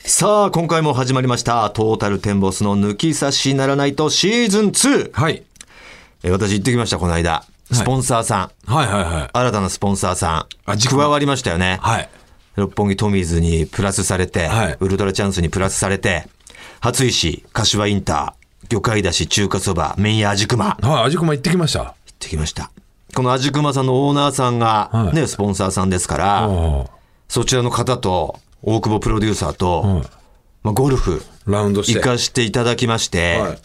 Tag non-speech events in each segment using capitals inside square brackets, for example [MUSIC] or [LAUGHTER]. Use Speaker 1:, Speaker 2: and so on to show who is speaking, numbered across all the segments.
Speaker 1: さあ、今回も始まりました。トータルテンボスの抜き差しならないとシーズン 2!
Speaker 2: はい。
Speaker 1: えー私行ってきました、この間。スポンサーさん。
Speaker 2: はいはいはい。
Speaker 1: 新たなスポンサーさん。
Speaker 2: あ自己
Speaker 1: 加わりましたよね。
Speaker 2: はい。
Speaker 1: 六本木トミーズにプラスされて、
Speaker 2: はい
Speaker 1: ウルトラチャンスにプラスされて、初石、柏インター、魚介だし、中華そば、麺屋味熊。
Speaker 2: はい、味熊行ってきました。
Speaker 1: 行ってきました。この味熊さんのオーナーさんが
Speaker 2: は、い
Speaker 1: ね、スポンサーさんですから、
Speaker 2: あ
Speaker 1: そちらの方と、大久保プロデューサーと、まあ、ゴルフ、
Speaker 2: あ。ラウンドして。
Speaker 1: 行かしていただきまして、
Speaker 2: はい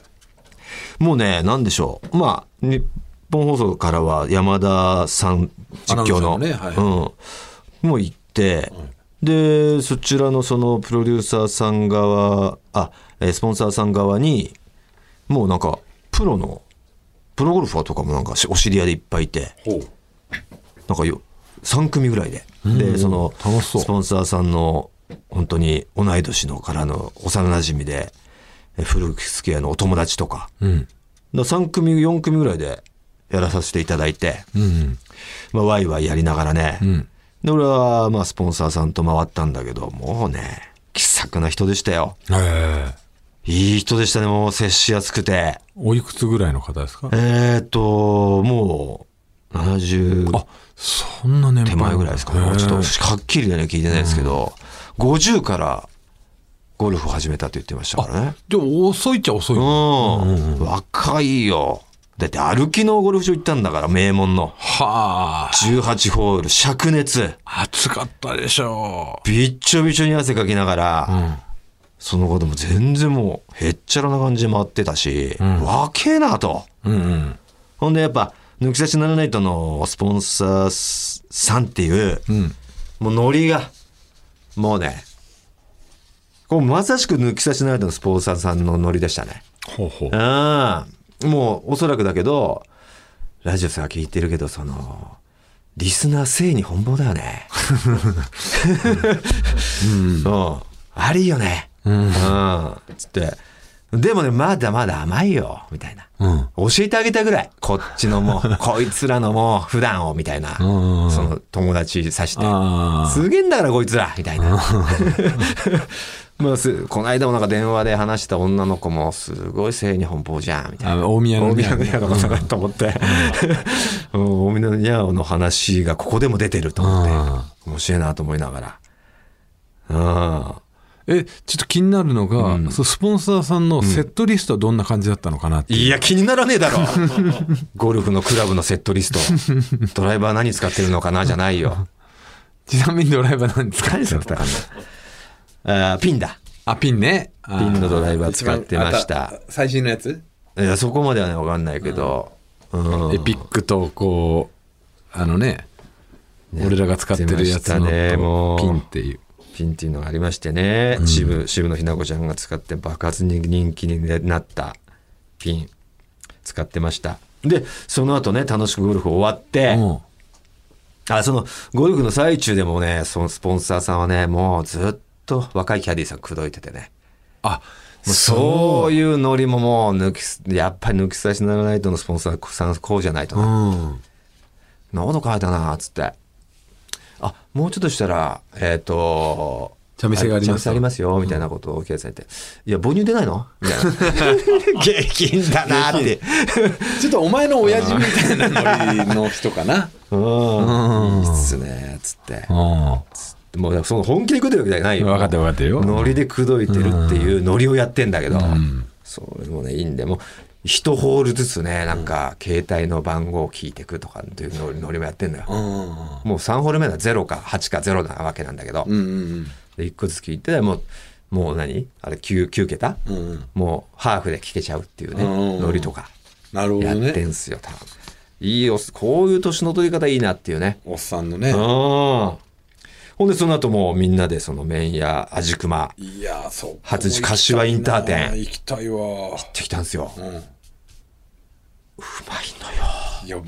Speaker 1: もうね、なんでしょう。まあ、日本放送からは山田さん実況の。
Speaker 2: アナウンサー
Speaker 1: うん。もう行って、で、そちらのそのプロデューサーさん側、あ、えースポンサーさん側に、もうなんか、プロの、プロゴルファーとかもなんかしお知り合いでいっぱいいて、
Speaker 2: ほう
Speaker 1: なんかよ、3組ぐらいで。で、その、
Speaker 2: 楽しそう
Speaker 1: スポンサーさんの、本当に同い年のからの幼馴染で、え古木付き合いのお友達とか、
Speaker 2: うん。
Speaker 1: だ3組、4組ぐらいでやらさせていただいて、
Speaker 2: うん。
Speaker 1: まあ、ワイワイやりながらね、
Speaker 2: ん
Speaker 1: で、俺は、まあ、スポンサーさんと回ったんだけど、もうね、気さくな人でしたよ。
Speaker 2: ええ。
Speaker 1: いい人でしたね、もう接しやすくて。
Speaker 2: おいくつぐらいの方ですか
Speaker 1: えっ、ー、と、もう、70、
Speaker 2: あ、そんな年配
Speaker 1: 手前ぐらいですかね。
Speaker 2: へえ
Speaker 1: ちょっとはっきりでね、聞いてないですけど、50からゴルフを始めたって言ってましたからね。
Speaker 2: じゃあ、遅いっちゃ遅い。
Speaker 1: う
Speaker 2: は
Speaker 1: ん。若いよ。だって歩きのゴルフ場行ったんだから、名門の。
Speaker 2: あ。
Speaker 1: 18ホール、灼熱。
Speaker 2: 暑かったでしょ
Speaker 1: びっちょびちょに汗かきながら、
Speaker 2: う。
Speaker 1: その後も全然もう、へっちゃらな感じで回ってたし、若えなと。
Speaker 2: うん。うんうん。
Speaker 1: ほんでやっぱ、抜き差しならないとのスポンサーさんっていう、
Speaker 2: うん。
Speaker 1: もうノリが、もうね、こうまさしく抜き差しならないとのスポンサーさんのノリでしたね。
Speaker 2: ほうほう。
Speaker 1: うん。もうおそらくだけど、ラジオさ聞いてるけど、その、リスナー性に本望だよね。うん。ありよね。うん。つって。でもね、まだまだ甘いよ、みたいな。
Speaker 2: う
Speaker 1: 教
Speaker 2: ん。
Speaker 1: えてあげたぐらい。こっちのもう、こいつらのもう、普段を、みたいな。そ
Speaker 2: んうん
Speaker 1: の友達さして。
Speaker 2: あ
Speaker 1: すげえんだからこいつらみたいな。 [LAUGHS] まあ、すこの間もなんか電話で話した女の子もすごい性に奔放じゃんみたいな。
Speaker 2: あ。あ大宮の
Speaker 1: 大
Speaker 2: ね
Speaker 1: 宮のニャオの話だと思って。うん [LAUGHS] 大宮のニャオの話がここでも出てると思って。面白いなと思いながら。うん。
Speaker 2: え、ちょっと気になるのが、そうスポンサーさんのセットリストはどんな感じだったのかなっていう。
Speaker 1: いや、気にならねえ [LAUGHS] だろ。ゴルフのクラブのセットリスト。ドライバー何使ってるのかなじゃないよ。
Speaker 2: ちなみにドライバーなんですか
Speaker 1: あーピンだ。
Speaker 2: あ、ピンね。ピ
Speaker 1: ピンのドライバー使ってました。
Speaker 2: 最新のやつ
Speaker 1: いや、そこまではね、わかんないけど。うん。
Speaker 2: エピックと、こう、あのね、俺らが使ってるやつ
Speaker 1: やって
Speaker 2: の
Speaker 1: ましたねも
Speaker 2: と
Speaker 1: う
Speaker 2: ピンっていう。
Speaker 1: ピンっていうのがありましてね。渋、渋野日向子ちゃんが使って爆発に人気になったピン、使ってました。で、その後ね、楽しくゴルフ終わって、
Speaker 2: うん
Speaker 1: あ、その、ゴルフの最中でもね、そのスポンサーさんはね、もうずっと若いキャディーさん口説いててね。
Speaker 2: あ、
Speaker 1: もうそういうノリももう抜きす、やっぱり抜き差しならないとのスポンサーさんこうじゃないと
Speaker 2: う
Speaker 1: な。
Speaker 2: ん。
Speaker 1: 喉乾いたな、つって。あ、もうちょっとしたら、えっ、と、
Speaker 2: 茶店がありますよ
Speaker 1: 茶店ありますよ、みたいなことをケイさん言って、いや、母乳出ないのみたい
Speaker 2: [LAUGHS]
Speaker 1: な。下品だなって。
Speaker 2: ちょっとお前の親父みたいなノリの人かな。
Speaker 1: うん。いいっすね、つって。
Speaker 2: う
Speaker 1: もう、だからその本気で口説いてるわけじゃない
Speaker 2: ん。
Speaker 1: よ。
Speaker 2: 分かってる分かってるよ。
Speaker 1: ノリで口説いてるっていうノリをやってんだけど、それもね、いいんで、もう、一ホールずつね、なんか、携帯の番号を聞いてくとかっていうノリノリもやってんだよ。
Speaker 2: うん。
Speaker 1: もう3ホール目は0か8か0なわけなんだけど、
Speaker 2: うんうん
Speaker 1: で1個ずつ聞いてもうもう何あれ 9, 9桁、
Speaker 2: うん。うん。
Speaker 1: もうハーフで聞けちゃうっていうね
Speaker 2: うん
Speaker 1: ノリとか
Speaker 2: なるほ
Speaker 1: や
Speaker 2: ど
Speaker 1: って
Speaker 2: ね。
Speaker 1: んすよ多分いいよこういう年の取り方いいなっていうね
Speaker 2: おっさんの
Speaker 1: う
Speaker 2: ね
Speaker 1: ん。ほんでその後もうみんなでその麺屋味熊行
Speaker 2: いやー、そう。
Speaker 1: 初地柏インター店
Speaker 2: 行きたいわ。
Speaker 1: ってきたんすようま
Speaker 2: うん。
Speaker 1: いのよ
Speaker 2: いや、もう。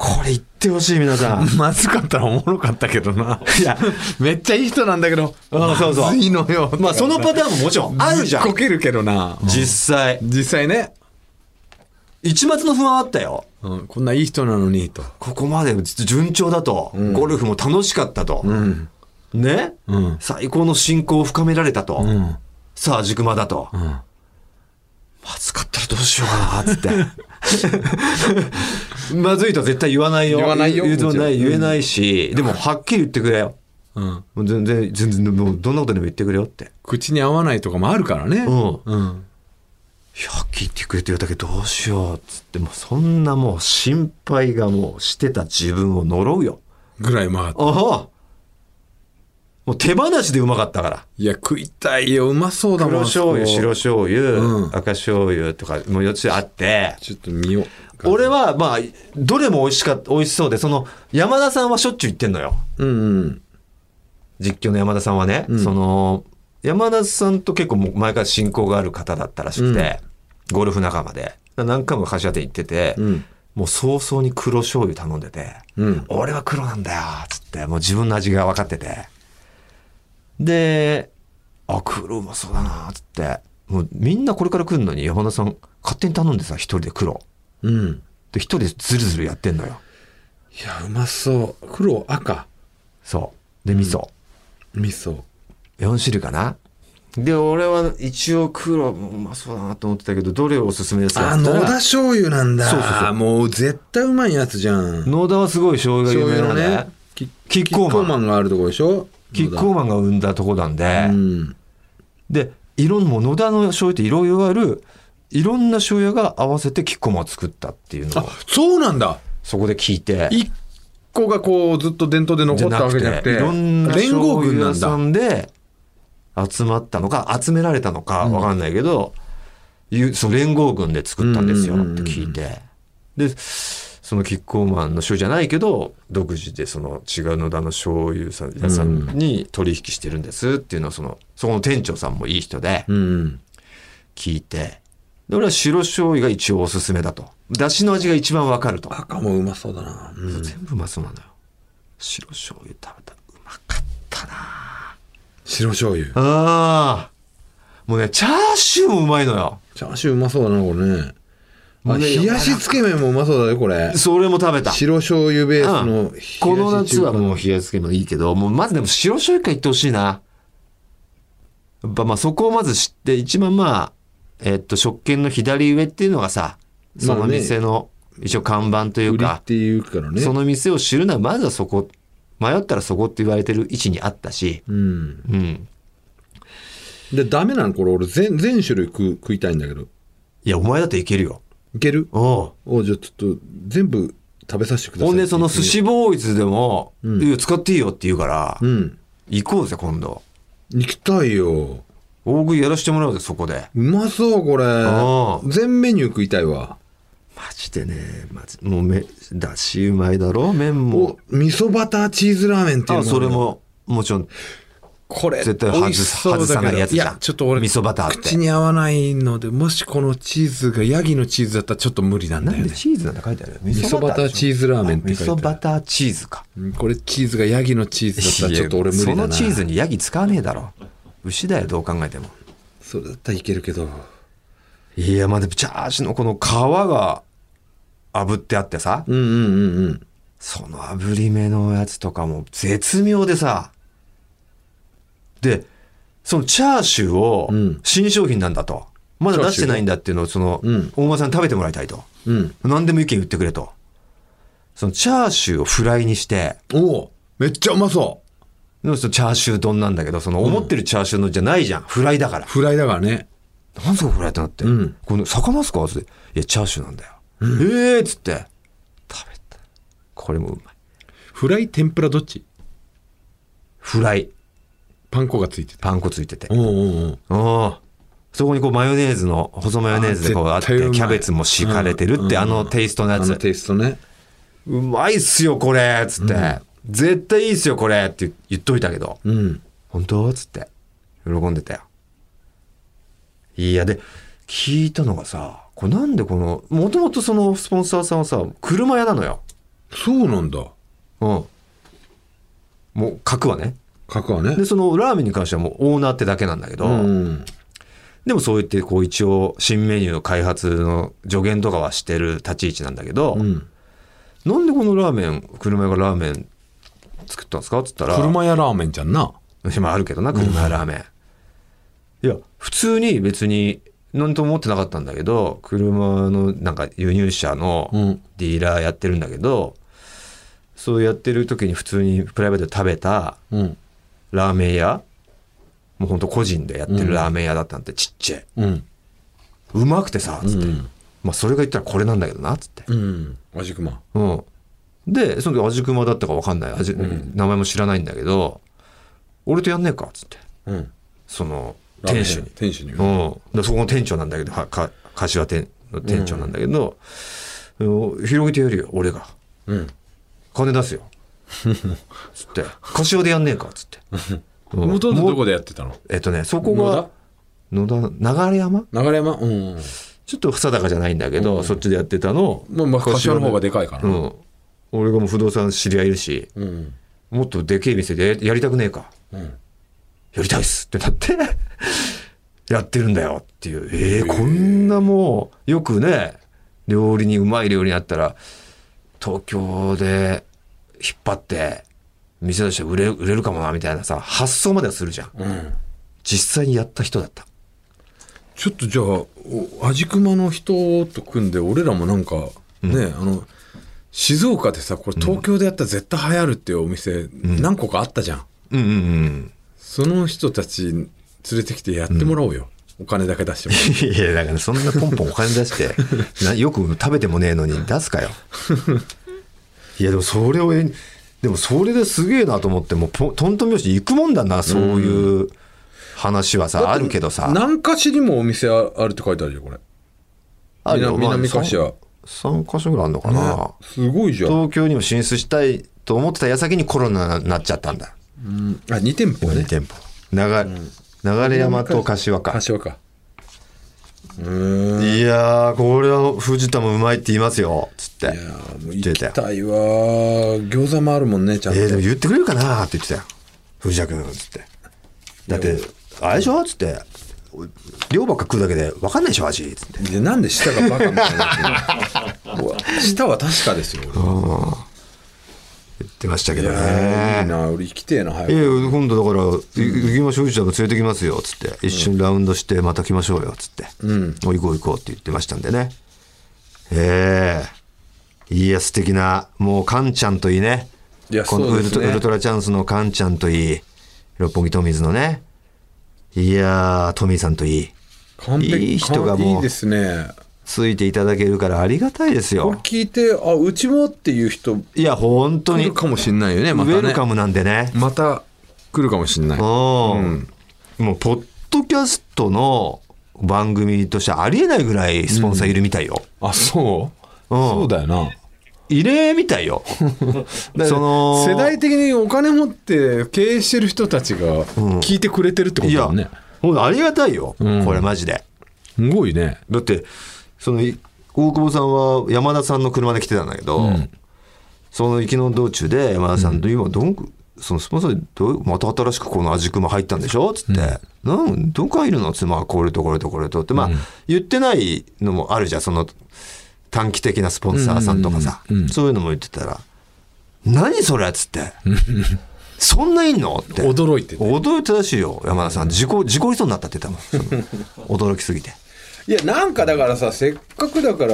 Speaker 1: これ行ってほしい皆
Speaker 2: [LAUGHS]
Speaker 1: さん
Speaker 2: まずかったらおもろかったけどな。
Speaker 1: いや
Speaker 2: [LAUGHS] めっちゃいい人なんだけど。
Speaker 1: うんそうそう
Speaker 2: まずいのよ。
Speaker 1: まあそのパターンももちろんあるじゃ
Speaker 2: こ
Speaker 1: ん
Speaker 2: けるけどな。
Speaker 1: 実際
Speaker 2: 実際ね、
Speaker 1: 一抹の不安あったよ
Speaker 2: うん、こんないい人なのにと。
Speaker 1: ここまで順調だと、ゴルフも楽しかったと、ね、
Speaker 2: うん
Speaker 1: 最高の信仰を深められたと。
Speaker 2: うんうん
Speaker 1: さあ、軸間だと。
Speaker 2: うん
Speaker 1: まずかったらどうしようかな、つって。
Speaker 2: [LAUGHS]
Speaker 1: まずいとは絶対言わないよ。
Speaker 2: 言わないよ
Speaker 1: 言うとな
Speaker 2: も
Speaker 1: い、
Speaker 2: ちろん
Speaker 1: 言えないし、でもはっきり言ってくれよ。
Speaker 2: うん
Speaker 1: もう全然、全然、もうどんなことでも言ってくれよって。
Speaker 2: 口に合わないとかもあるからね
Speaker 1: うん
Speaker 2: うん
Speaker 1: いや、聞いてくれてるだけどうしようっつって、もうそんなもう心配がもうしてた自分を呪うよ。
Speaker 2: ぐらいまあ
Speaker 1: ああもう手放しでうまかったから。
Speaker 2: いや食いたいようまそうだ
Speaker 1: 黒
Speaker 2: もん
Speaker 1: 醤油、白
Speaker 2: あそこ
Speaker 1: 醤油、
Speaker 2: うん
Speaker 1: 赤醤油とか、もう4つあって。
Speaker 2: ちょっと見よう
Speaker 1: 俺は、まあ、どれも美味しかった、美味しそうで、その、山田さんはしょっちゅう言ってんのよ。
Speaker 2: うんうん
Speaker 1: 実況の山田さんはね、
Speaker 2: ん
Speaker 1: その、山田さんと結構もう前から親交がある方だったらしくて、ゴルフ仲間で。何回も柏手行ってて、
Speaker 2: うん
Speaker 1: もう早々に黒醤油頼んでて、
Speaker 2: うん
Speaker 1: 俺は黒なんだよ、つって、もう自分の味が分かってて。で、あ、黒うまそうだな、つって。もうみんなこれから来るのに山田さん勝手に頼んでさ、一人で黒。
Speaker 2: うん
Speaker 1: で、一人でズルズルやってんのよ。
Speaker 2: いやうまそう黒赤
Speaker 1: そう。で、味噌。
Speaker 2: 味噌
Speaker 1: 4種類かな。で、俺は一応黒もうまそうだなと思ってたけど、どれをおすすめですか
Speaker 2: あ
Speaker 1: って言
Speaker 2: 野
Speaker 1: った
Speaker 2: 田
Speaker 1: ら
Speaker 2: 醤油なんだ
Speaker 1: そうそうそう
Speaker 2: もう絶対うまいやつじゃん
Speaker 1: 野田はすごい醤油が有名
Speaker 2: 醤油
Speaker 1: なん
Speaker 2: の
Speaker 1: で、
Speaker 2: ね
Speaker 1: ね、キッコーマン
Speaker 2: ンがあるとこでしょ
Speaker 1: キッコーマンが生んだとこなんで、
Speaker 2: うん
Speaker 1: で、いろんもう野田の醤油っていろいろある、いろんな醤油が合わせてキッコーマンを作ったっていうの
Speaker 2: あ
Speaker 1: を、
Speaker 2: そうなんだ
Speaker 1: そこで聞いて、
Speaker 2: 一個がこうずっと伝統で残ったわけじゃなくて
Speaker 1: いろんな
Speaker 2: 連
Speaker 1: 連合
Speaker 2: 合
Speaker 1: 軍
Speaker 2: 軍な
Speaker 1: 屋
Speaker 2: ん
Speaker 1: さ
Speaker 2: だ
Speaker 1: んで集まったのか集められたのかわかんないけど、いうその連合軍で作ったんですよ
Speaker 2: う
Speaker 1: っ
Speaker 2: んうんうんうん
Speaker 1: て聞いてでそのキッコーマンの醤油じゃないけど独自でその違う野田の醤油さん屋さんに取引してるんですっていうのをそのそこの店長さんもいい人で
Speaker 2: うん
Speaker 1: 聞いてで俺は白醤油が一応おすすめだとだしの味が一番わかると
Speaker 2: 赤もうまそうだなうん
Speaker 1: 全部うまそうなのよ白醤油食べたうまかったな
Speaker 2: 白醤油
Speaker 1: ああ。もうね、チャーシューもうまいのよ。
Speaker 2: チャーシューうまそうだなこれねあ
Speaker 1: ね
Speaker 2: 冷やしつけ麺もうまそうだよこれ
Speaker 1: それも食べた。
Speaker 2: 白醤油ベース
Speaker 1: うん
Speaker 2: の冷やし中華
Speaker 1: この夏はもう冷やつけもいいけど、もうまずでも白醤油からいってほしいな。やっぱまあそこをまず知って、一番まあ、えっと、食券の左上っていうのがさ、そ
Speaker 2: ま
Speaker 1: の
Speaker 2: あね
Speaker 1: 店の一応看板という
Speaker 2: 売り
Speaker 1: か
Speaker 2: っ、ていうからね
Speaker 1: その店を知るならまずはそこ、迷ったらそこって言われてる位置にあったし、
Speaker 2: うん
Speaker 1: うん。
Speaker 2: でダメなのこれ俺全全種類食う食いたいんだけど
Speaker 1: いや、お前だっていけるよ。
Speaker 2: いける
Speaker 1: おう
Speaker 2: おじゃあちょっと全部食べさせてください
Speaker 1: ほんで、その寿司ボーイズでも、
Speaker 2: うん
Speaker 1: いや使っていいよって言うから、
Speaker 2: うん
Speaker 1: 行こうぜ、今度。
Speaker 2: 行きたいよ
Speaker 1: 大食いやらしてもらおうぜ、そこで。
Speaker 2: うまそうこれ
Speaker 1: うん
Speaker 2: 全メニュー食いたいわ
Speaker 1: マジでね、まず、もうめ、だしうまいだろ麺
Speaker 2: お
Speaker 1: も。
Speaker 2: 味噌バターチーズラーメンっていう
Speaker 1: あ、
Speaker 2: の
Speaker 1: それも、もちろん、
Speaker 2: これ
Speaker 1: 絶対外
Speaker 2: 美味し
Speaker 1: す、
Speaker 2: そうだ
Speaker 1: 外
Speaker 2: けど
Speaker 1: さないやつじゃん。
Speaker 2: いやちょっと俺
Speaker 1: 味噌バターって。
Speaker 2: 口に合わないのでもしこのチーズがヤギのチーズだったらちょっと無理なん
Speaker 1: な
Speaker 2: だよ
Speaker 1: んで
Speaker 2: ね
Speaker 1: チーズなんて書いてある味
Speaker 2: 噌バター
Speaker 1: でしょ
Speaker 2: チーズラーメンって書いてある
Speaker 1: 味噌バターチーズか。
Speaker 2: うんこれチーズがヤギのチーズだったらちょっと俺無理だ
Speaker 1: そ
Speaker 2: な
Speaker 1: のチーズにヤギ使わねえだろ。牛だよ、どう考えても。
Speaker 2: それだったらいけるけど
Speaker 1: いや、まあ、でも、チャーシューのこの皮が炙ってあってさ、
Speaker 2: うんうんうんうん
Speaker 1: その炙り目のやつとかも絶妙でさ。で、そのチャーシューを
Speaker 2: うん
Speaker 1: 新商品なんだと。まだ出してないんだっていうのを、その
Speaker 2: うん、
Speaker 1: 大間さんに食べてもらいたいと。
Speaker 2: うん
Speaker 1: 何でも意見言ってくれと。そのチャーシューをフライにして、
Speaker 2: おおめっちゃうまそう
Speaker 1: でもそのチャーシュー丼なんだけど、その思ってるチャーシューのじゃないじゃん。フライだから。
Speaker 2: フライだからね
Speaker 1: なんすかフライってなって。
Speaker 2: うん
Speaker 1: この魚っすかって。いや、チャーシューなんだよ。ええーっつって。食べた。これもうまい。
Speaker 2: フライ天ぷらどっち
Speaker 1: フライ。
Speaker 2: パン粉がついてた
Speaker 1: パン粉ついてて。
Speaker 2: おうおうおう
Speaker 1: うんそこにこうマヨネーズの、細マヨネーズでこうあ
Speaker 2: あ
Speaker 1: って、
Speaker 2: 絶
Speaker 1: キ
Speaker 2: 対うまい
Speaker 1: ャベツも敷かれてるって、あのテイストのや
Speaker 2: あの
Speaker 1: つ。
Speaker 2: テイストね
Speaker 1: うまいっすよ、これつって、絶対いいっすよ、これって言っといたけど。
Speaker 2: うん
Speaker 1: 本当つって。喜んでたよ。いや、で、聞いたのがさ、これなんでこの、もともとそのスポンサーさんはさ、車屋なのよ。
Speaker 2: そうなんだ
Speaker 1: うん。もう、格はね。
Speaker 2: 角はね
Speaker 1: で、そのラーメンに関してはもうオーナーってだけなんだけど、
Speaker 2: うん
Speaker 1: でもそう言って、こう一応、新メニューの開発の助言とかはしてる立ち位置なんだけど、
Speaker 2: うん
Speaker 1: なんでこのラーメン、車屋がラーメン作ったんですかって言ったら、
Speaker 2: 車屋ラーメンじゃんな。
Speaker 1: まああるけどな、車屋ラーメン。いや、普通に別に、何とも思ってなかったんだけど、車のなんか輸入車の
Speaker 2: うん
Speaker 1: ディーラーやってるんだけど、そうやってる時に普通にプライベートで食べた
Speaker 2: うん。
Speaker 1: ラーメン屋、もうほんと個人でやってるラーメン屋だったんてちっちゃい。
Speaker 2: うん。
Speaker 1: うまくてさ、つって。
Speaker 2: うん
Speaker 1: まあそれが言ったらこれなんだけどな、つって。
Speaker 2: うん。おじくま。
Speaker 1: うん。で、その時味熊だったか分かんない。味名前も知らないんだけど、俺とやんねえか、つって。
Speaker 2: うん。
Speaker 1: その、
Speaker 2: ラーメン
Speaker 1: 店主に。
Speaker 2: 店主に。
Speaker 1: う。ん。でそこの店長なんだけど、はか柏店の店長なんだけど、うん広げてやるよ、俺が。
Speaker 2: うん。
Speaker 1: 金出す
Speaker 2: [LAUGHS]
Speaker 1: よ。つって。柏でやんねえか、つって。うん
Speaker 2: 元々
Speaker 1: もう
Speaker 2: どこでやってたの
Speaker 1: えっとね、そこが、野田、流山
Speaker 2: 流山うん。
Speaker 1: ちょっと定かじゃないんだけど、そっちでやってたのを、
Speaker 2: まあ、まあ、柏の方がでかいから
Speaker 1: う
Speaker 2: な。
Speaker 1: ん。俺がもう不動産知り合いいるし、
Speaker 2: うん。
Speaker 1: もっとでけえ店でややりたくねえか。
Speaker 2: うん。
Speaker 1: やりたいっすってなって、 [LAUGHS] やってるんだよっていう。えー、こんなもう、よくね、料理に、うまい料理になったら、東京で引っ張って、店として売れ売れるかもな、みたいなさ、発想まではするじゃん。
Speaker 2: うん。
Speaker 1: 実際にやった人だった。
Speaker 2: ちょっとじゃあ、お味熊の人と組んで、俺らもなんか、ね、あの、静岡でさ、これ東京でやったら絶対流行るっていうお店、何個かあったじゃん。
Speaker 1: うんうんうん。
Speaker 2: その人たち連れてきてやってもらおうよ。お金だけ出しても。
Speaker 1: [LAUGHS] いや、だからそんなポンポンお金出 [LAUGHS] して、なよく食べてもねえのに出すかよ。 [LAUGHS] いや、でもそれをえ、でもそれですげえなと思って、もうポントントン拍子行くもんだな、そういう話はさ、あるけどさ。
Speaker 2: 何かしにもお店ああるって書いてあるよ、これ。
Speaker 1: あるよ
Speaker 2: 南南
Speaker 1: まあ
Speaker 2: 柏
Speaker 1: 三3箇所ぐらいあるのかな、
Speaker 2: ねすごいじゃん。
Speaker 1: 東京にも進出したいと思ってた矢先にコロナになっちゃったんだ。
Speaker 2: うんあ、2店舗
Speaker 1: 二
Speaker 2: ね。
Speaker 1: 店舗。流流山と柏か。
Speaker 2: 柏か。うーん。い
Speaker 1: いやー、これは藤田もうまいって言いますよ、つって。
Speaker 2: やーもう
Speaker 1: 言って
Speaker 2: 行
Speaker 1: たよ
Speaker 2: きたいわー。餃子もあるもんね、ちゃんと。
Speaker 1: えー、でも言ってくれるかなって言ってたよ藤田君っつってだってあれでしょっつって量ばっか食うだけで分かんないでしょ味っつって
Speaker 2: でなんで舌がバカみたいになってるのうわ舌は確かですよ俺
Speaker 1: 言ってましたけど
Speaker 2: いやーい
Speaker 1: ね
Speaker 2: いな俺生きてえな早
Speaker 1: いや
Speaker 2: く
Speaker 1: 今度だからい行きましょう藤田も連れてきますよっつって一緒にラウンドしてまた来ましょうよっつって、
Speaker 2: うん
Speaker 1: お行こう行こうって言ってましたんでねええいや素敵なもうカンちゃんといいね
Speaker 2: いや
Speaker 1: この
Speaker 2: そう
Speaker 1: ウ
Speaker 2: で
Speaker 1: ル
Speaker 2: す
Speaker 1: ト
Speaker 2: ね
Speaker 1: ウルトラチャンスのカンちゃんといい六本木トミーズのねいやートミーさんといい
Speaker 2: 完璧
Speaker 1: いい人がもう
Speaker 2: 完いいですね
Speaker 1: ついていただけるからありがたいです
Speaker 2: これ
Speaker 1: よ。
Speaker 2: 聞いてあうちもっていう人
Speaker 1: いや、本当
Speaker 2: 来
Speaker 1: に。
Speaker 2: るかもしんないよねま
Speaker 1: ウ
Speaker 2: た
Speaker 1: ェルカ
Speaker 2: ね
Speaker 1: ムなんでね。
Speaker 2: また来るかもしんない
Speaker 1: うん。もう、ポッドキャストの番組としてありえないぐらいスポンサーいるみたいよ。
Speaker 2: あそう
Speaker 1: うん
Speaker 2: そうだよな
Speaker 1: 異例みたい
Speaker 2: [LAUGHS]
Speaker 1: よ。その、
Speaker 2: 世代的にお金持って経営してる人たちが聞いてくれてるってこ
Speaker 1: い
Speaker 2: とだ
Speaker 1: や、
Speaker 2: よね、
Speaker 1: ほんとありがたいよ。
Speaker 2: うん
Speaker 1: これマジで。
Speaker 2: すごいね
Speaker 1: だって、その、い大久保さんは山田さんの車で来てたんだけど、その行きの道中で山田さんと今どんく、そのスポンサーでどうまた新しくこの味熊入ったんでしょっつって、なんどこかいるのつってまあこれとこれとこれとってまあ言ってないのもあるじゃんその短期的なスポンサーさんとかさ、そういうのも言ってたら「何それ」っつ [LAUGHS] って「そんないんの?」って
Speaker 2: 驚いてて
Speaker 1: 驚いたらしいよ山田さん事故事故りそうになったって言ってた [LAUGHS] もんその驚きすぎて。
Speaker 2: いやなんかだからさせっかくだから、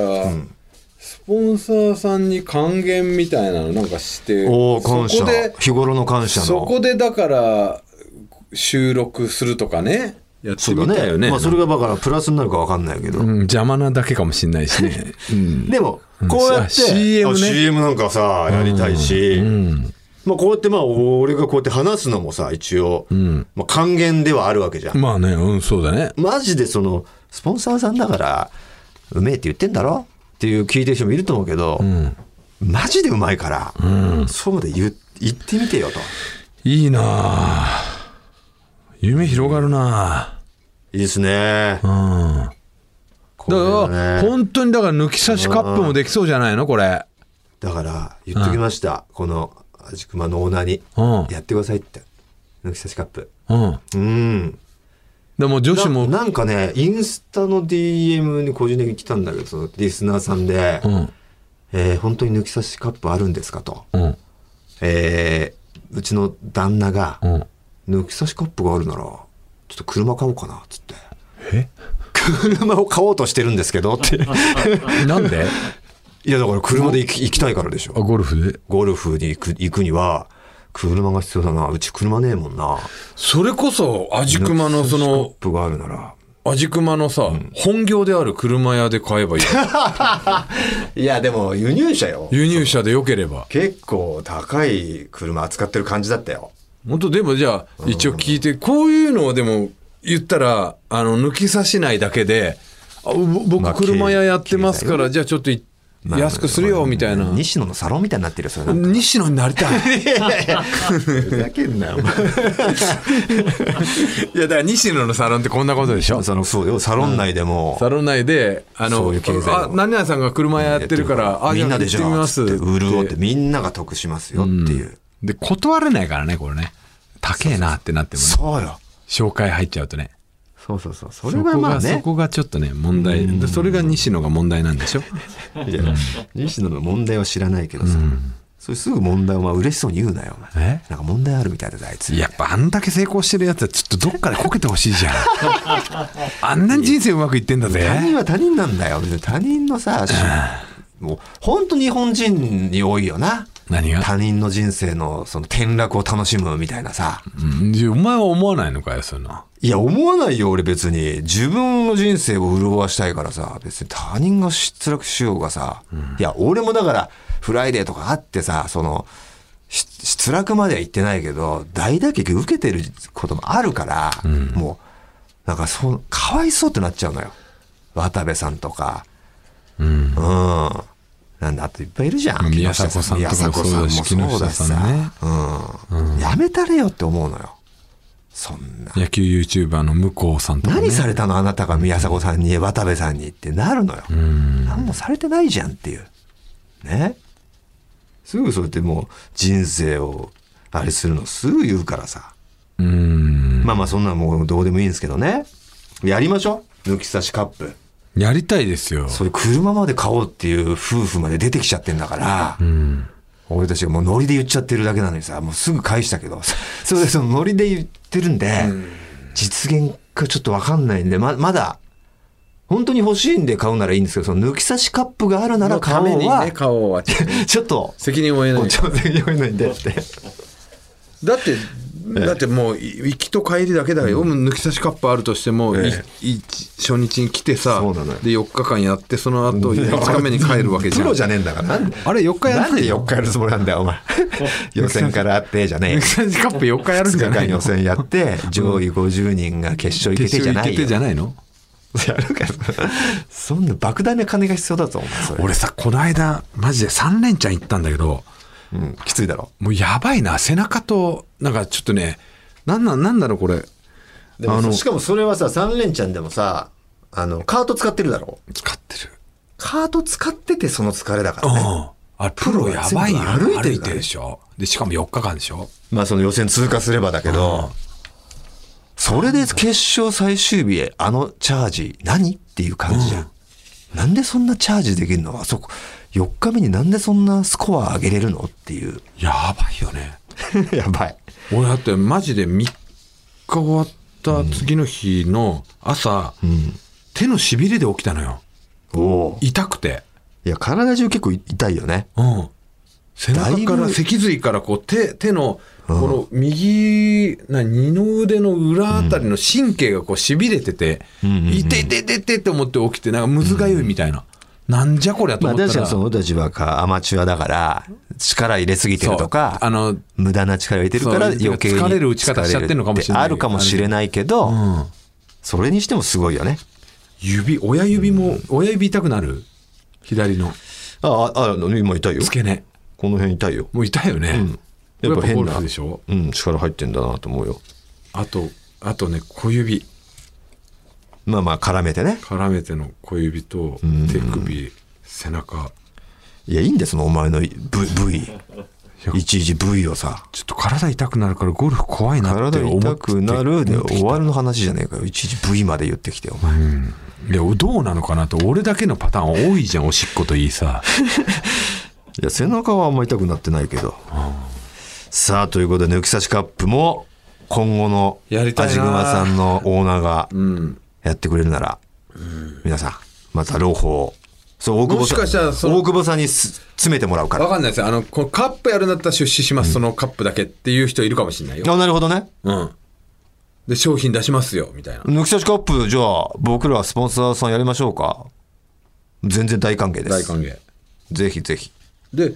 Speaker 2: スポンサーさんに還元みたいなのなんかして
Speaker 1: おお感
Speaker 2: そ
Speaker 1: 謝
Speaker 2: こで
Speaker 1: 日頃の感謝の
Speaker 2: そこでだから収録するとかねやっ
Speaker 1: そうだねまあ、それがだからプラスになるか分かんないけど、
Speaker 2: 邪魔なだけかもしれないしね、
Speaker 1: [LAUGHS] でもこうやって、
Speaker 2: あ CM ね
Speaker 1: あ CM なんかさやりたいし、まあ、こうやってまあ俺がこうやって話すのもさ一応、まあ、還元ではあるわけじゃん、
Speaker 2: まあねうんそうだね
Speaker 1: マジでそのスポンサーさんだからうめえって言ってんだろっていう聞いてる人もいると思うけど、マジでうまいから、そうまで言う言ってみてよと。
Speaker 2: いいなあ夢広がるない
Speaker 1: いですね。
Speaker 2: あ
Speaker 1: こ
Speaker 2: う
Speaker 1: れ
Speaker 2: んだ
Speaker 1: は
Speaker 2: から、
Speaker 1: ね
Speaker 2: 本当にだから抜き差しカップもできそうじゃないのこれ
Speaker 1: だから言っときました、この味熊のオーナーに、
Speaker 2: うん
Speaker 1: やってくださいって抜き差しカップ
Speaker 2: うん
Speaker 1: うん
Speaker 2: でも女子も
Speaker 1: ななんかねインスタの DM に個人的に来たんだけどそのリスナーさんで、
Speaker 2: うん
Speaker 1: えー本当に抜き差しカップあるんですか?」と
Speaker 2: うん
Speaker 1: 「えうちの旦那が
Speaker 2: うん
Speaker 1: 「抜き差しカップがあるならちょっと車買おうかな」っつって
Speaker 2: え
Speaker 1: 「車を買おうとしてるんですけど」っ
Speaker 2: [LAUGHS]
Speaker 1: て
Speaker 2: なんで
Speaker 1: いやだから車で行き行きたいからでしょ
Speaker 2: ゴルフで
Speaker 1: ゴルフに行く行くには車が必要だなうち車ねえもんな
Speaker 2: それこそ味熊のそ
Speaker 1: カッ
Speaker 2: の
Speaker 1: プがあるなら
Speaker 2: 味熊のさ、本業である車屋で買えばいい [LAUGHS]
Speaker 1: いやでも輸入車よ
Speaker 2: 輸入車でよければ
Speaker 1: 結構高い車扱ってる感じだったよ
Speaker 2: 本当でもじゃあ一応聞いてこういうのをでも言ったらあの抜き差しないだけであぼ
Speaker 1: まあ
Speaker 2: 僕車屋やってますからじゃあちょっとい安くするよみたいな
Speaker 1: 西野のサロンみたいになってるよそれなんか
Speaker 2: 西野になり [LAUGHS] たい
Speaker 1: ふざけんなよお前
Speaker 2: [LAUGHS] いやだから西野のサロンってこんなことでしょ
Speaker 1: そのそうよサロン内でも
Speaker 2: サロン内であの
Speaker 1: そういう経済を
Speaker 2: あ何々さんが車屋やってるから、あ
Speaker 1: みんなで
Speaker 2: じ
Speaker 1: じ
Speaker 2: ゃあ
Speaker 1: ゃ
Speaker 2: 行ってみ
Speaker 1: あ
Speaker 2: ま
Speaker 1: つ
Speaker 2: す
Speaker 1: って潤って
Speaker 2: で
Speaker 1: みんなが得しますよっていう、
Speaker 2: で断れないからねこれね高えなってなってもね
Speaker 1: そうよ
Speaker 2: 紹介入っちゃうとね
Speaker 1: そうそうそうそ
Speaker 2: そ
Speaker 1: れは
Speaker 2: こ
Speaker 1: まあ
Speaker 2: がそ
Speaker 1: ね
Speaker 2: こがちょっとね問題でそれが西野が問題なんでしょ
Speaker 1: いや西野の問題は知らないけどさ、それすぐ問題をまあ嬉しそうに言うなよお前
Speaker 2: え
Speaker 1: なんか問題あるみたいだぞあいつ
Speaker 2: [LAUGHS] やっぱあんだけ成功してるやつはちょっとどっかでこけてほしいじゃ [LAUGHS] んあんなに人生うまくいってんだ
Speaker 1: 他
Speaker 2: ぜ
Speaker 1: 人は他人なんだよ別に他人のさ、しもう本当日本人に多いよな
Speaker 2: 何が
Speaker 1: 他人の人生のその転落を楽しむみたいなさ
Speaker 2: うんじゃあお前は思わないのかよそういうの
Speaker 1: いや思わないよ俺別に自分の人生を潤わしたいからさ別に他人が失落しようがさ、いや俺もだからフライデーとかあってさそのし失落までは行ってないけど大打撃受けてることもあるから、もうなんかそうかわいそうってなっちゃうのよ渡部さんとか
Speaker 2: うん
Speaker 1: うんなんだあといっぱいいるじゃん
Speaker 2: 宮迫さんとかもそうだし
Speaker 1: 木下さんもそうだし
Speaker 2: 木下さんね
Speaker 1: うんやめたれよって思うのよそんな
Speaker 2: 野球 YouTuber の向こうさんとか、ね、
Speaker 1: 何されたのあなたが宮迫さんに渡部さんにってなるのよ、
Speaker 2: うん
Speaker 1: 何もされてないじゃんっていうねすぐそうやってもう人生をあれするのすぐ言うからさ、
Speaker 2: うん
Speaker 1: まあまあそんなんもうどうでもいいんですけどねやりましょう抜き差しカップ
Speaker 2: やりたいですよ
Speaker 1: そういう車まで買おうっていう夫婦まで出てきちゃってんだから、
Speaker 2: うん
Speaker 1: 俺たちがもうノリで言っちゃってるだけなのにさもうすぐ返したけど [LAUGHS] それでそのノリで言ってるんで、実現かちょっと分かんないんでままだ本当に欲しいんで買うならいいんですけどその抜き差しカップがあるなら買おうは、
Speaker 2: 顔は
Speaker 1: [LAUGHS] ちょっと
Speaker 2: 責任を負え
Speaker 1: こうちょっと読めないんでって
Speaker 2: だってだってもうい行きと帰りだけだよ、もう抜き差しカップあるとしても、いい初日に来てさ
Speaker 1: そうなのよ
Speaker 2: で4日間やってその後5日目に帰るわけじゃ
Speaker 1: プ
Speaker 2: ん
Speaker 1: ロじゃねえんだからなんで
Speaker 2: あれ4日や
Speaker 1: なん
Speaker 2: る
Speaker 1: で4日やるつもりなんだよお
Speaker 2: [LAUGHS]
Speaker 1: 前予選からあってじゃねえ
Speaker 2: 抜き差しカップ4日やるん
Speaker 1: 2
Speaker 2: じゃ
Speaker 1: 日
Speaker 2: な
Speaker 1: 間
Speaker 2: い
Speaker 1: 予
Speaker 2: の
Speaker 1: 選やって上位50人が決勝行け
Speaker 2: 決
Speaker 1: てじゃ
Speaker 2: 勝
Speaker 1: な
Speaker 2: 行
Speaker 1: い
Speaker 2: けてじ
Speaker 1: よ
Speaker 2: ゃないの
Speaker 1: やるからそんな莫大な金が必要だぞお前それ
Speaker 2: 俺さこの間マジで3連チャン行ったんだけど
Speaker 1: うん、きついだろ
Speaker 2: もうやばいな背中となんかちょっとねなんなんなんだろうこれ
Speaker 1: でも
Speaker 2: あの
Speaker 1: しかもそれはさ3連チャンでもさあのカート使ってるだろ
Speaker 2: 使ってる
Speaker 1: カート使っててその疲れだからね
Speaker 2: うんあれプロやばいよ
Speaker 1: プロは全部歩いてるからね
Speaker 2: 歩いてるでしょでしかも4日間でしょ
Speaker 1: まあその予選通過すればだけどそれで決勝最終日へあのチャージ何っていう感じじゃん、なんでそんなチャージできるのあそこ4日目になんでそんなスコア上げれるのっていう
Speaker 2: やばいよね
Speaker 1: [LAUGHS] やばい
Speaker 2: 俺だってマジで3日終わった次の日の朝、手のしびれで起きたのよ
Speaker 1: おお
Speaker 2: 痛くて、
Speaker 1: いや体中結構痛いよね
Speaker 2: うん、背
Speaker 1: だ
Speaker 2: 中
Speaker 1: い
Speaker 2: から
Speaker 1: ぶ
Speaker 2: 脊髄からこう手手のこの右な二の腕の裏あたりの神経がこうしびれてて「いていていていて」って思って起きてなんかむずがゆいみたいな、なんじゃこりゃと
Speaker 1: まあ
Speaker 2: 思った、
Speaker 1: 確からにその立場かアマチュアだから力入れすぎてるとか
Speaker 2: そうあの
Speaker 1: 無駄な力入れてるから
Speaker 2: そう
Speaker 1: 余計に
Speaker 2: 疲れる打ち方しちゃってんのかもしれない
Speaker 1: あるかもしれないけど、
Speaker 2: うん、
Speaker 1: それにしてもすごいよね
Speaker 2: 指親指も、親指痛くなる左の
Speaker 1: あああ今痛いよ
Speaker 2: 付け根
Speaker 1: この辺痛いよ
Speaker 2: もう痛いよね、
Speaker 1: やっぱ変
Speaker 2: ゴ
Speaker 1: な
Speaker 2: ルフでしょ
Speaker 1: うん力入ってんだなと思うよ
Speaker 2: あとあとね小指
Speaker 1: まあまあ絡めてね
Speaker 2: 絡めての小指と手首背中
Speaker 1: いやいいんですのお前の部部位いちいち部位をさ
Speaker 2: ちょっと体痛くなるからゴルフ怖いなって
Speaker 1: 体
Speaker 2: 思って
Speaker 1: 痛くなるで
Speaker 2: 思ってき
Speaker 1: 終
Speaker 2: た
Speaker 1: わるの話じゃねえかよいちいち部位まで言ってきてお前
Speaker 2: いやどうなのかなと俺だけのパターン多いじゃんおしっこといいさ
Speaker 1: いや背中はあんま痛くなってないけど、さあということで抜き差しカップも今後の
Speaker 2: やりたいな
Speaker 1: 味熊さんのオーナーが
Speaker 2: うん
Speaker 1: やってくれるなら、皆さんまた朗報をそう大久保さん
Speaker 2: もしかしたらその
Speaker 1: 大久保さんにす詰めてもらうから
Speaker 2: [LAUGHS] わかんないですよあのこのカップやるんだったら出資します、そのカップだけっていう人いるかもしれないよ、
Speaker 1: あなるほどね
Speaker 2: うん、で商品出しますよみたいな
Speaker 1: 抜き差しカップじゃあ僕らスポンサーさんやりましょうか全然大歓迎です
Speaker 2: 大歓迎
Speaker 1: ぜひぜひ
Speaker 2: で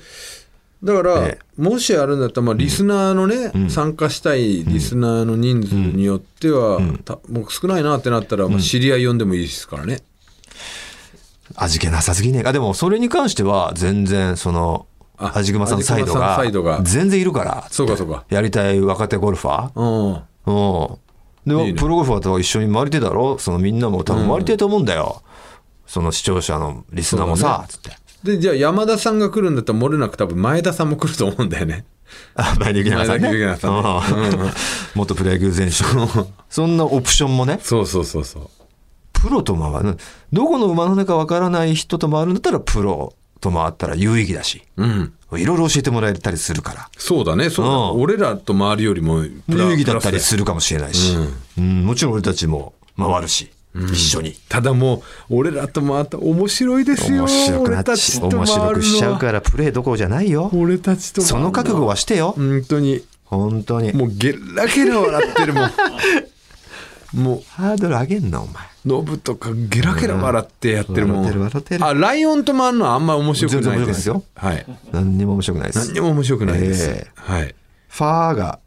Speaker 2: だから、
Speaker 1: え
Speaker 2: もしあるんだったら、まあ、リスナーのね、参加したいリスナーの人数によっては、たもう少ないなってなったら、まあ、知り合い呼んでもいいですからね、
Speaker 1: 味気なさすぎねえかでもそれに関しては全然その
Speaker 2: あ
Speaker 1: 味熊さんサイド
Speaker 2: 味熊さんサイド
Speaker 1: が
Speaker 2: が
Speaker 1: 全然いるから
Speaker 2: そうかそうか
Speaker 1: やりたい若手ゴルファ
Speaker 2: うん
Speaker 1: ーうんで
Speaker 2: いいね
Speaker 1: プロゴルファーと一緒に回りてえだろそのみんなも多分回りてえと思うんだよ、その視聴者のリスナーもさ、つって [LAUGHS]
Speaker 2: でじゃあ山田さんが来るんだったら漏れなく多分前田さんも来ると思うんだよね
Speaker 1: あ前田幸永さんね
Speaker 2: 前田幸永
Speaker 1: うん元プロ野球選手 [LAUGHS] そんなオプションもね
Speaker 2: そうそうそうそう
Speaker 1: プロと回るどこの馬の中わからない人と回るんだったらプロと回ったら有意義だし
Speaker 2: うん
Speaker 1: いろいろ教えてもらえたりするから
Speaker 2: そうだねそうだ、
Speaker 1: うん
Speaker 2: 俺らと周りよりもプラ
Speaker 1: 有意義だったり
Speaker 2: プラス
Speaker 1: するかもしれないし、うんもちろん俺たちも回るし、一緒に
Speaker 2: ただもう俺らとまた面白いですよ
Speaker 1: 面白くなっ
Speaker 2: 俺た
Speaker 1: ち
Speaker 2: ちと
Speaker 1: 面白
Speaker 2: 回
Speaker 1: く
Speaker 2: る
Speaker 1: しちゃ
Speaker 2: の
Speaker 1: う
Speaker 2: は
Speaker 1: からプレーどころじゃないよ
Speaker 2: 俺たちと回る
Speaker 1: その覚悟はしてよ、
Speaker 2: 本当に
Speaker 1: 本当に
Speaker 2: もうゲラゲラ笑ってる [LAUGHS] もんも
Speaker 1: ハードル上げんなお前
Speaker 2: うノブとかゲラゲラ笑ってやってるもん、
Speaker 1: 笑ってる笑ってる
Speaker 2: あライオンと回るのはあんま面白くない
Speaker 1: 全然面白くないですよ
Speaker 2: はい
Speaker 1: 何にも面白くないです
Speaker 2: 何にも面白くないです、
Speaker 1: ええ
Speaker 2: はい
Speaker 1: ファーが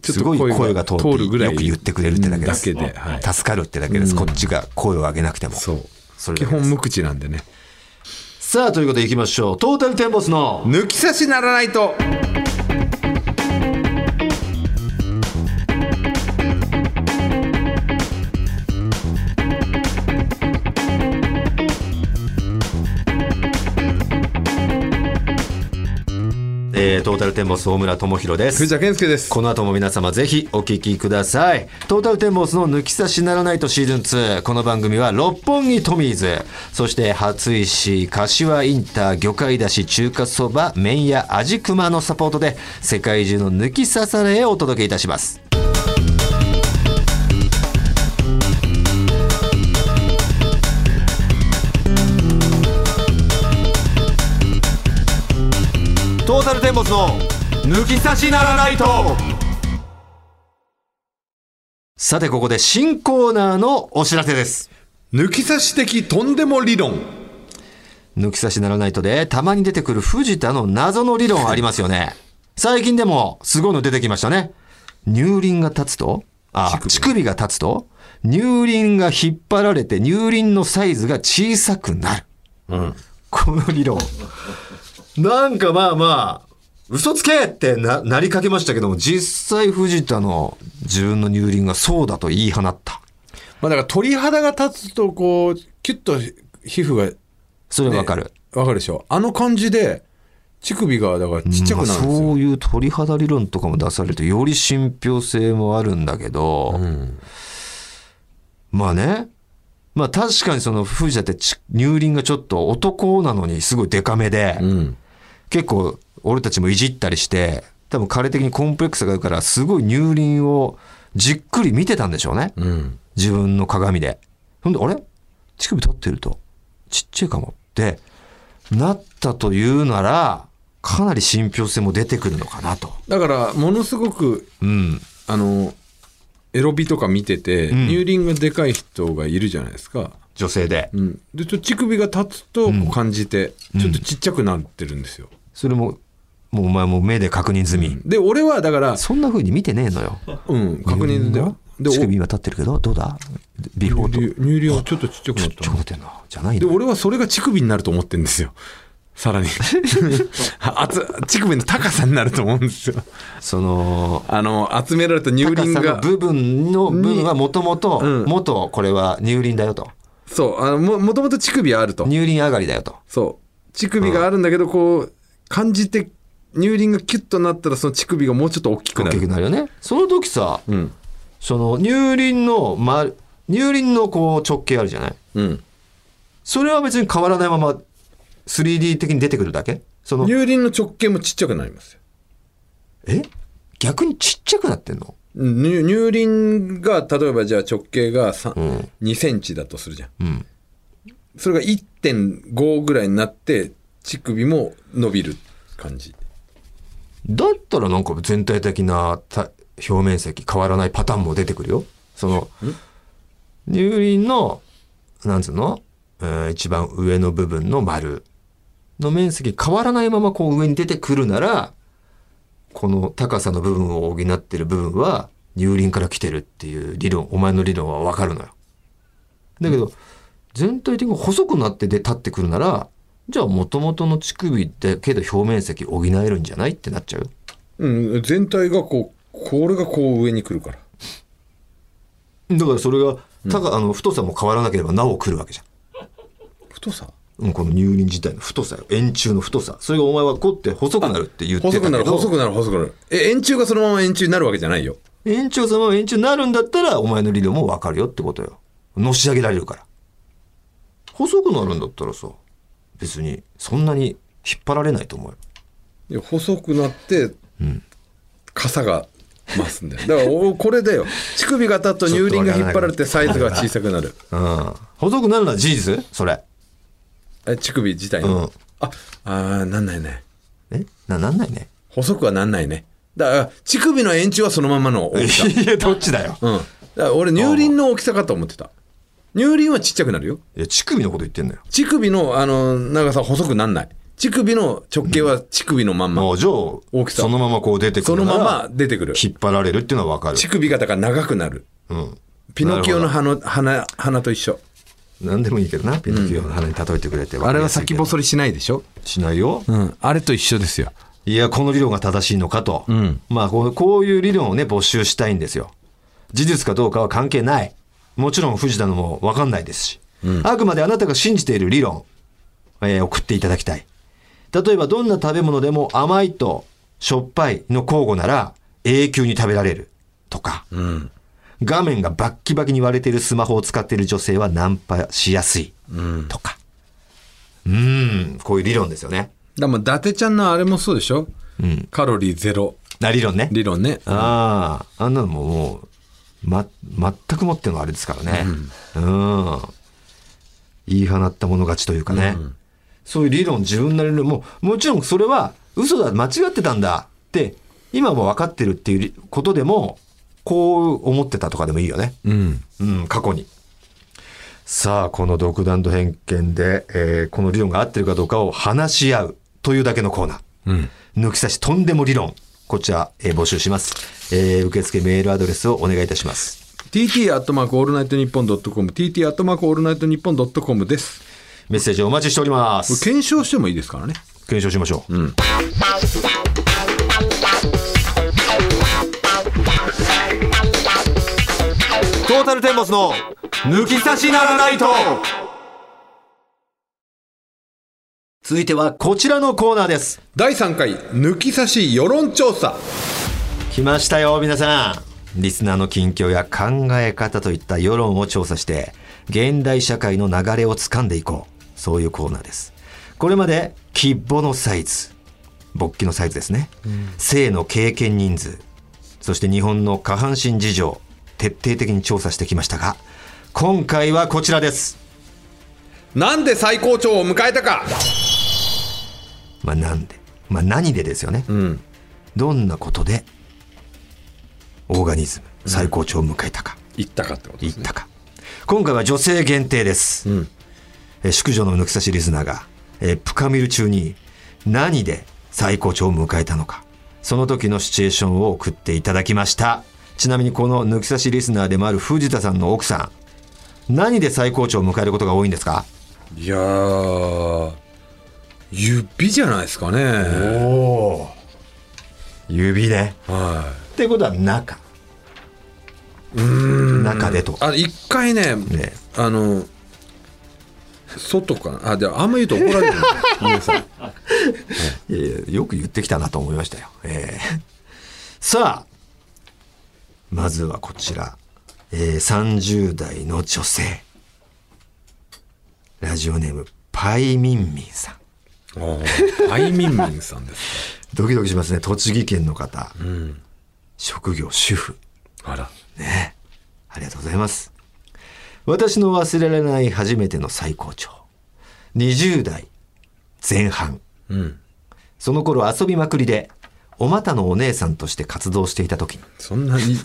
Speaker 2: と
Speaker 1: すごい声が通って
Speaker 2: 通るぐらい
Speaker 1: よく言ってくれるってだけです
Speaker 2: だけではい
Speaker 1: 助かるってだけです、こっちが声を上げなくても
Speaker 2: そう
Speaker 1: それ
Speaker 2: 基
Speaker 1: だけで
Speaker 2: 本
Speaker 1: す
Speaker 2: 無口なんでね
Speaker 1: さあということでいきましょうトータルテンボスの
Speaker 2: 抜き差しならないと
Speaker 1: えートータルテンボス大村智弘です
Speaker 2: 藤田健介です
Speaker 1: この後も皆様ぜひお聞きください。トータルテンボスの抜き差しならないとシーズン2。この番組は六本木トミーズ、そして初石、柏インター、魚介だし、中華そば、麺屋、味熊のサポートで世界中の抜き差されへお届けいたします。トータルテンボスの抜き差しならないとさてここで新コーナーのお知らせです
Speaker 2: 抜き差し的とんでも理論
Speaker 1: 抜き差しならないとでたまに出てくる藤田の謎の理論ありますよね最近でもすごいの出てきましたね乳輪が立つとあ乳首が立つと乳輪が引っ張られて乳輪のサイズが小さくなる
Speaker 2: うん
Speaker 1: この理論。なんかまあまあ、嘘つけってな、なりかけましたけども、実際藤田の自分の乳輪がそうだと言い放った。
Speaker 2: まあだから鳥肌が立つとこうキュッと皮膚が
Speaker 1: それはわかる。
Speaker 2: わかるでしょあの感じで乳首がだからちっちゃくなるんですよ、
Speaker 1: まあそういう鳥肌理論とかも出されると、より信憑性もあるんだけど、まあね、まあ確かにその藤田ってち乳輪がちょっと男なのにすごいデカめで、
Speaker 2: うん、
Speaker 1: 結構俺たちもいじったりして多分彼的にコンプレックスがあるからすごい乳輪をじっくり見てたんでしょうね、
Speaker 2: うん、
Speaker 1: 自分の鏡でほんであれ乳首立ってるとちっちゃいかもってなったというならかなり信憑性も出てくるのかなと
Speaker 2: だからものすごく
Speaker 1: うん
Speaker 2: あのエロビとか見てて、
Speaker 1: ん
Speaker 2: 乳輪がでかい人がいるじゃないですか、
Speaker 1: 女性で
Speaker 2: うん、でちょっと乳首が立つとこう感じて、ちょっとちっちゃくなってるんですよ、
Speaker 1: それももうお前も目で確認済み、
Speaker 2: で俺はだから、
Speaker 1: そんな風に見てねえのよ
Speaker 2: うん、 [LAUGHS] 確認ででお
Speaker 1: 乳首今立ってるけどどうだビフォーと
Speaker 2: 乳乳輪はちょっとちっちゃくなっ
Speaker 1: ちょ
Speaker 2: た
Speaker 1: っと待ってんなじゃないん
Speaker 2: で
Speaker 1: だ
Speaker 2: 俺はそれが乳首になると思ってるんですよさ [LAUGHS] らにあつ乳首の高さになると思うんですよ
Speaker 1: その
Speaker 2: あの集められた乳
Speaker 1: 高
Speaker 2: 輪
Speaker 1: さの
Speaker 2: が
Speaker 1: 部分の部分はもともと
Speaker 2: うん
Speaker 1: 元これは乳輪だよと
Speaker 2: そうあのももともと乳首はあると
Speaker 1: 乳輪上がりだよと
Speaker 2: そう乳首があるんだけどこう感じて乳輪がキュッとなったらその乳首がもうちょっと大きく
Speaker 1: 大
Speaker 2: な
Speaker 1: き
Speaker 2: る
Speaker 1: くなるよねその時さ
Speaker 2: うん
Speaker 1: その乳輪の、ま、乳輪のこう直径あるじゃない
Speaker 2: うん
Speaker 1: それは別に変わらないまま 3D 的に出てくるだけその
Speaker 2: 乳輪の直径もちっちゃくなりますよ
Speaker 1: え逆にちっちゃくなってんの
Speaker 2: 乳乳輪が例えばじゃあ直径がさ2センチだとするじゃん、
Speaker 1: ん
Speaker 2: それが1.5ぐらいになって乳首も伸びる感じ
Speaker 1: だったらなんか全体的なた表面積変わらないパターンも出てくるよ。その、乳輪の、なんつうの、えー一番上の部分の丸の面積変わらないままこう上に出てくるなら、この高さの部分を補ってる部分は乳輪から来てるっていう理論、お前の理論はわかるのよ。だけど、全体的に細くなってで立ってくるなら、じゃあ元々の乳首だけど表面積補えるんじゃないってなっちゃうよ
Speaker 2: うん全体がこうこれがこう上に来るから
Speaker 1: だからそれがたか、あの太さも変わらなければなお来るわけじゃ
Speaker 2: 太さ
Speaker 1: ん、うん、この乳輪自体の太さよ円柱の太さそれがお前は凝って細くなるって言ってたけど
Speaker 2: 細くなる細くなる細くなるえ円柱がそのまま円柱になるわけじゃないよ
Speaker 1: 円柱様は円柱になるんだったらお前の理論も分かるよってことよのし上げられるから細くなるんだったらさ別にそんなに引っ張られないと思うよ
Speaker 2: いや細くなって、傘が増すんだよだからおこれだよ乳首型と乳輪が引っ張られてサイズが小さくなる
Speaker 1: うん細くなるのは事実それ
Speaker 2: え乳首自体
Speaker 1: う
Speaker 2: の、
Speaker 1: ん
Speaker 2: ああーなんないね
Speaker 1: えななんないね
Speaker 2: 細くはなんないねだから乳首の延長はそのままの大きさ、うん、
Speaker 1: いやどっちだよ
Speaker 2: だから俺乳輪の大きさかと思ってた乳輪はちっちゃくなるよ
Speaker 1: いや乳首のこと言ってんのよ
Speaker 2: 乳首のあの長さは細くなんない乳首の直径は乳首のまんま、
Speaker 1: もうじゃあ
Speaker 2: 大きさ
Speaker 1: そのままこう出てく
Speaker 2: そ
Speaker 1: る
Speaker 2: の
Speaker 1: なら
Speaker 2: まま出てくる
Speaker 1: 引っ張られるっていうのは分かる
Speaker 2: 乳首型が長くなる
Speaker 1: うん
Speaker 2: ピノキオの鼻鼻鼻と一緒
Speaker 1: 何でもいいけどなピノキオの鼻に例えてくれて、
Speaker 2: あれは先細りしないでしょ、
Speaker 1: しないよ
Speaker 2: うん、あれと一緒ですよ
Speaker 1: いやこの理論が正しいのかと、
Speaker 2: ん
Speaker 1: まあこうこういう理論をね募集したいんですよ事実かどうかは関係ないもちろん藤田のも分かんないですし、あくまであなたが信じている理論、えー送っていただきたい例えばどんな食べ物でも甘いとしょっぱいの交互なら永久に食べられるとか、画面がバッキバキに割れているスマホを使っている女性はナンパしやすいとか、うん、こういう理論ですよね。
Speaker 2: だからまあ伊達ちゃんのあれもそうでしょ、カロリーゼロ
Speaker 1: あ理論ね。
Speaker 2: 理論ね
Speaker 1: ああ、あんなのももう、ま、全くもってのあれですからね。うん。言い放った者勝ちというかね。そういう理論、自分なりの、もう、もちろんそれは、嘘だ、間違ってたんだって、今も分かってるっていうことでも、こう思ってたとかでもいいよね。
Speaker 2: うん
Speaker 1: うん、過去に。さあ、この独断と偏見で、えーこの理論が合ってるかどうかを話し合うというだけのコーナー。
Speaker 2: うん
Speaker 1: 抜き差しとんでも理論。こちら、えー募集します。えー受付メールアドレスをお願いいたします。
Speaker 2: TT アットマークオールナイトニッポンドットコム TT アットマークオールナイトニッポンドットコムです
Speaker 1: メッセージお待ちしておりま
Speaker 2: これ
Speaker 1: す。
Speaker 2: 検証してもいいですからね
Speaker 1: 検証しましょう。トータルテンボスの抜き差しならないと続いてはこちらのコーナーです。
Speaker 2: 第3回抜き差し世論調査
Speaker 1: 来ましたよ皆さんリスナーの近況や考え方といった世論を調査して現代社会の流れをつかんでいこうそういうコーナーですこれまで希望のサイズ勃起のサイズですね、性の経験人数そして日本の下半身事情徹底的に調査してきましたが今回はこちらです
Speaker 2: なんで最高潮を迎えたか
Speaker 1: まあなんでまあ何でですよね、
Speaker 2: うん
Speaker 1: どんなことでオーガニズム最高潮を迎えたか、
Speaker 2: 言ったかってこと
Speaker 1: いったか。今回は女性限定です。
Speaker 2: うん
Speaker 1: えー宿女の抜き差しリスナーが、えープカミル中に何で最高潮を迎えたのか、その時のシチュエーションを送っていただきました。ちなみにこの抜き差しリスナーでもある藤田さんの奥さん、何で最高潮を迎えることが多いんですか
Speaker 2: いやー指じゃないですかね
Speaker 1: お指ね。
Speaker 2: はい
Speaker 1: ってことは中。中でと。
Speaker 2: あ一回ね
Speaker 1: ね
Speaker 2: あの外かなあであんま言うと怒ら
Speaker 1: [LAUGHS]
Speaker 2: れるんだごめんなさい
Speaker 1: いやいやよく言ってきたなと思いましたよ。ええ [LAUGHS] さあ、まずはこちら、えー、30代の女性。ラジオネーム、パイミンミンさん。
Speaker 2: あいみんみんさんです
Speaker 1: ドキドキしますね。栃木県の方。職業主婦。
Speaker 2: あら
Speaker 1: ねえありがとうございます。私の忘れられない初めての最高潮。20代前半。
Speaker 2: うん
Speaker 1: その頃遊びまくりで、お股のお姉さんとして活動していた時に、
Speaker 2: そんなに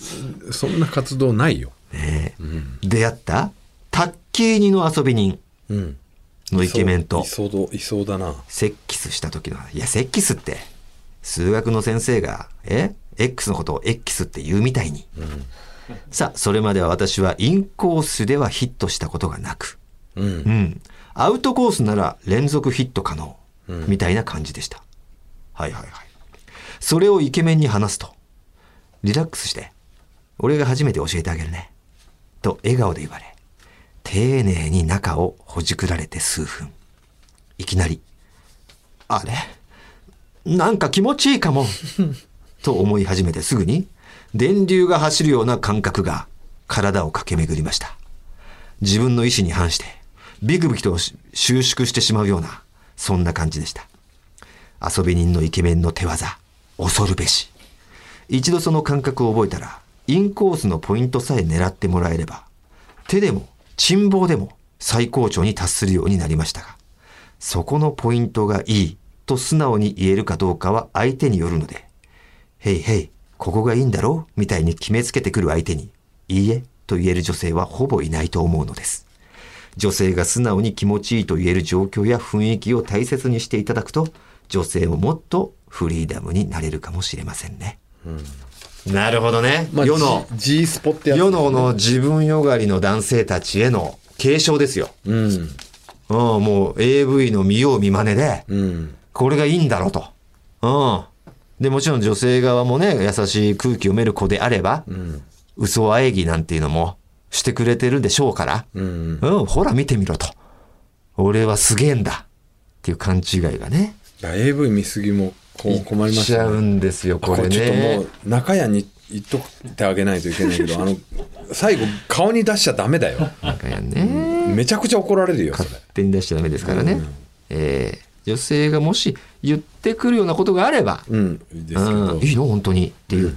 Speaker 2: そんな活動ないよ
Speaker 1: ねえ出会った卓球にの遊び人
Speaker 2: うん
Speaker 1: のイケメンと
Speaker 2: いそういそうどいそうだな
Speaker 1: セッキスした時の、いや、セッキスって、数学の先生が、え ?X のことを X って言うみたいに。さあ、それまでは私はインコースではヒットしたことがなく、
Speaker 2: う
Speaker 1: うんん、アウトコースなら連続ヒット可能、みたいな感じでした。はいはいはい。それをイケメンに話すと、リラックスして、俺が初めて教えてあげるね。と笑顔で言われ、丁寧に中をほじくられて数分。いきなり、あれなんか気持ちいいかも。 [LAUGHS] と思い始めてすぐに、電流が走るような感覚が体を駆け巡りました。自分の意思に反して、ビクビクとし収縮してしまうような、そんな感じでした。遊び人のイケメンの手技、恐るべし。一度その感覚を覚えたら、インコースのポイントさえ狙ってもらえれば、手でも、沈棒でも最高潮に達するようになりましたが、そこのポイントがいいと素直に言えるかどうかは相手によるので、へいへい、ここがいいんだろうみたいに決めつけてくる相手に、いいえと言える女性はほぼいないと思うのです。女性が素直に気持ちいいと言える状況や雰囲気を大切にしていただくと、女性ももっとフリーダムになれるかもしれませんね。なるほどね。
Speaker 2: まあ
Speaker 1: 世の、
Speaker 2: G G スポってやつ
Speaker 1: 世のの自分よがりの男性たちへの継承ですよ。
Speaker 2: うん
Speaker 1: うん、もう AV の見よう見まねで、
Speaker 2: うん
Speaker 1: これがいいんだろうと。うん。で、もちろん女性側もね、優しい空気読める子であれば、嘘あえぎなんていうのもしてくれてるでしょうから、
Speaker 2: うん
Speaker 1: うん、ほら見てみろと。俺はすげえんだ。っていう勘違いがね。
Speaker 2: だ AV 見すぎもこう困り
Speaker 1: し
Speaker 2: ま
Speaker 1: ち
Speaker 2: す
Speaker 1: ゃう
Speaker 2: ね
Speaker 1: んですよ、こ
Speaker 2: こ
Speaker 1: れ
Speaker 2: れちょっとも
Speaker 1: ね
Speaker 2: う。中屋に言っとってあげないといけないけどあの最後顔に出しちゃダメだよ
Speaker 1: なんかやね。
Speaker 2: めちゃくちゃ怒られるよそれ
Speaker 1: 勝手に出しちゃダメですからね。えー女性がもし言ってくるようなことがあれば、
Speaker 2: うんですけ
Speaker 1: うん
Speaker 2: ど
Speaker 1: いいの本当にっていう、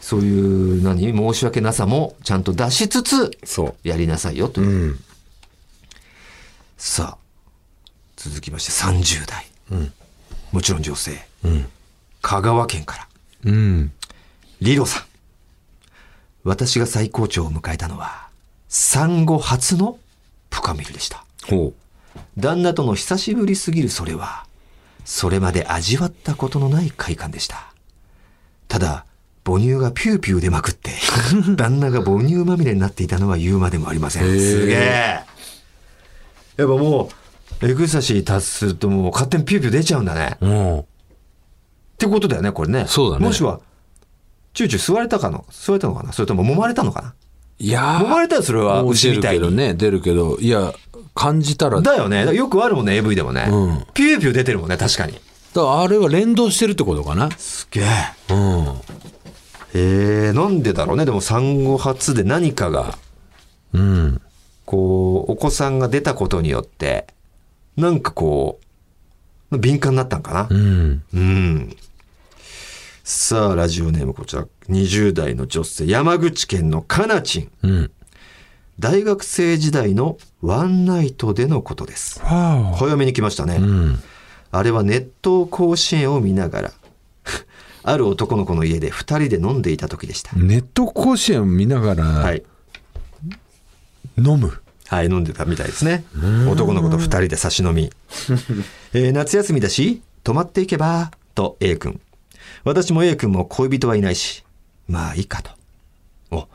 Speaker 1: そういう何申し訳なさもちゃんと出しつつ
Speaker 2: そ
Speaker 1: やりなさいよと
Speaker 2: う
Speaker 1: いう、
Speaker 2: うん
Speaker 1: さあ続きまして30代、もちろん女性、香川県から
Speaker 2: うん
Speaker 1: リロさん私が最高潮を迎えたのは産後初のプカミルでした
Speaker 2: ほ
Speaker 1: 旦那との久しぶりすぎるそれは、それまで味わったことのない快感でした。ただ、母乳がピューピュー出まく [LAUGHS] って、旦那が母乳まみれになっていたのは言うまでもありません。
Speaker 2: へー
Speaker 1: すげえ。やっぱもう、エクサシー達するともう勝手にピューピュー出ちゃうんだね。
Speaker 2: うも
Speaker 1: ってことだよね、これね。
Speaker 2: そうだね
Speaker 1: もしは、チューチュー吸われたかの吸われたのかなそれとも揉まれたのか
Speaker 2: いや
Speaker 1: な揉まれたらそれは牛みたいに。
Speaker 2: ね出るけどいや感じたら
Speaker 1: だよね。よくあるもんね、AV でもね。
Speaker 2: うん
Speaker 1: ピューピュー出てるもんね、確かに。
Speaker 2: あれは連動してるってことかな
Speaker 1: すげえ。
Speaker 2: うん
Speaker 1: えー、なんでだろうねでも産後初で何かが
Speaker 2: うん
Speaker 1: こうお子さんが出たことによってなんかこう敏感になったんかな
Speaker 2: うん
Speaker 1: うん、さあラジオネームこちら20代の女性山口県のかなちん
Speaker 2: うん
Speaker 1: 大学生時代のワンナイトでのことです
Speaker 2: は
Speaker 1: 早めに来ましたね、
Speaker 2: うん
Speaker 1: あれは熱湯甲子園を見ながら [LAUGHS] ある男の子の家で2人で飲んでいた時でした、
Speaker 2: ネット甲子園見な
Speaker 1: は
Speaker 2: がら
Speaker 1: い
Speaker 2: 飲む
Speaker 1: はい、飲んでたみたいですね。男の子と二人で差し飲み。えー夏休みだし、泊まっていけば、と A 君。私も A 君も恋人はいないし、まあいいかと。お、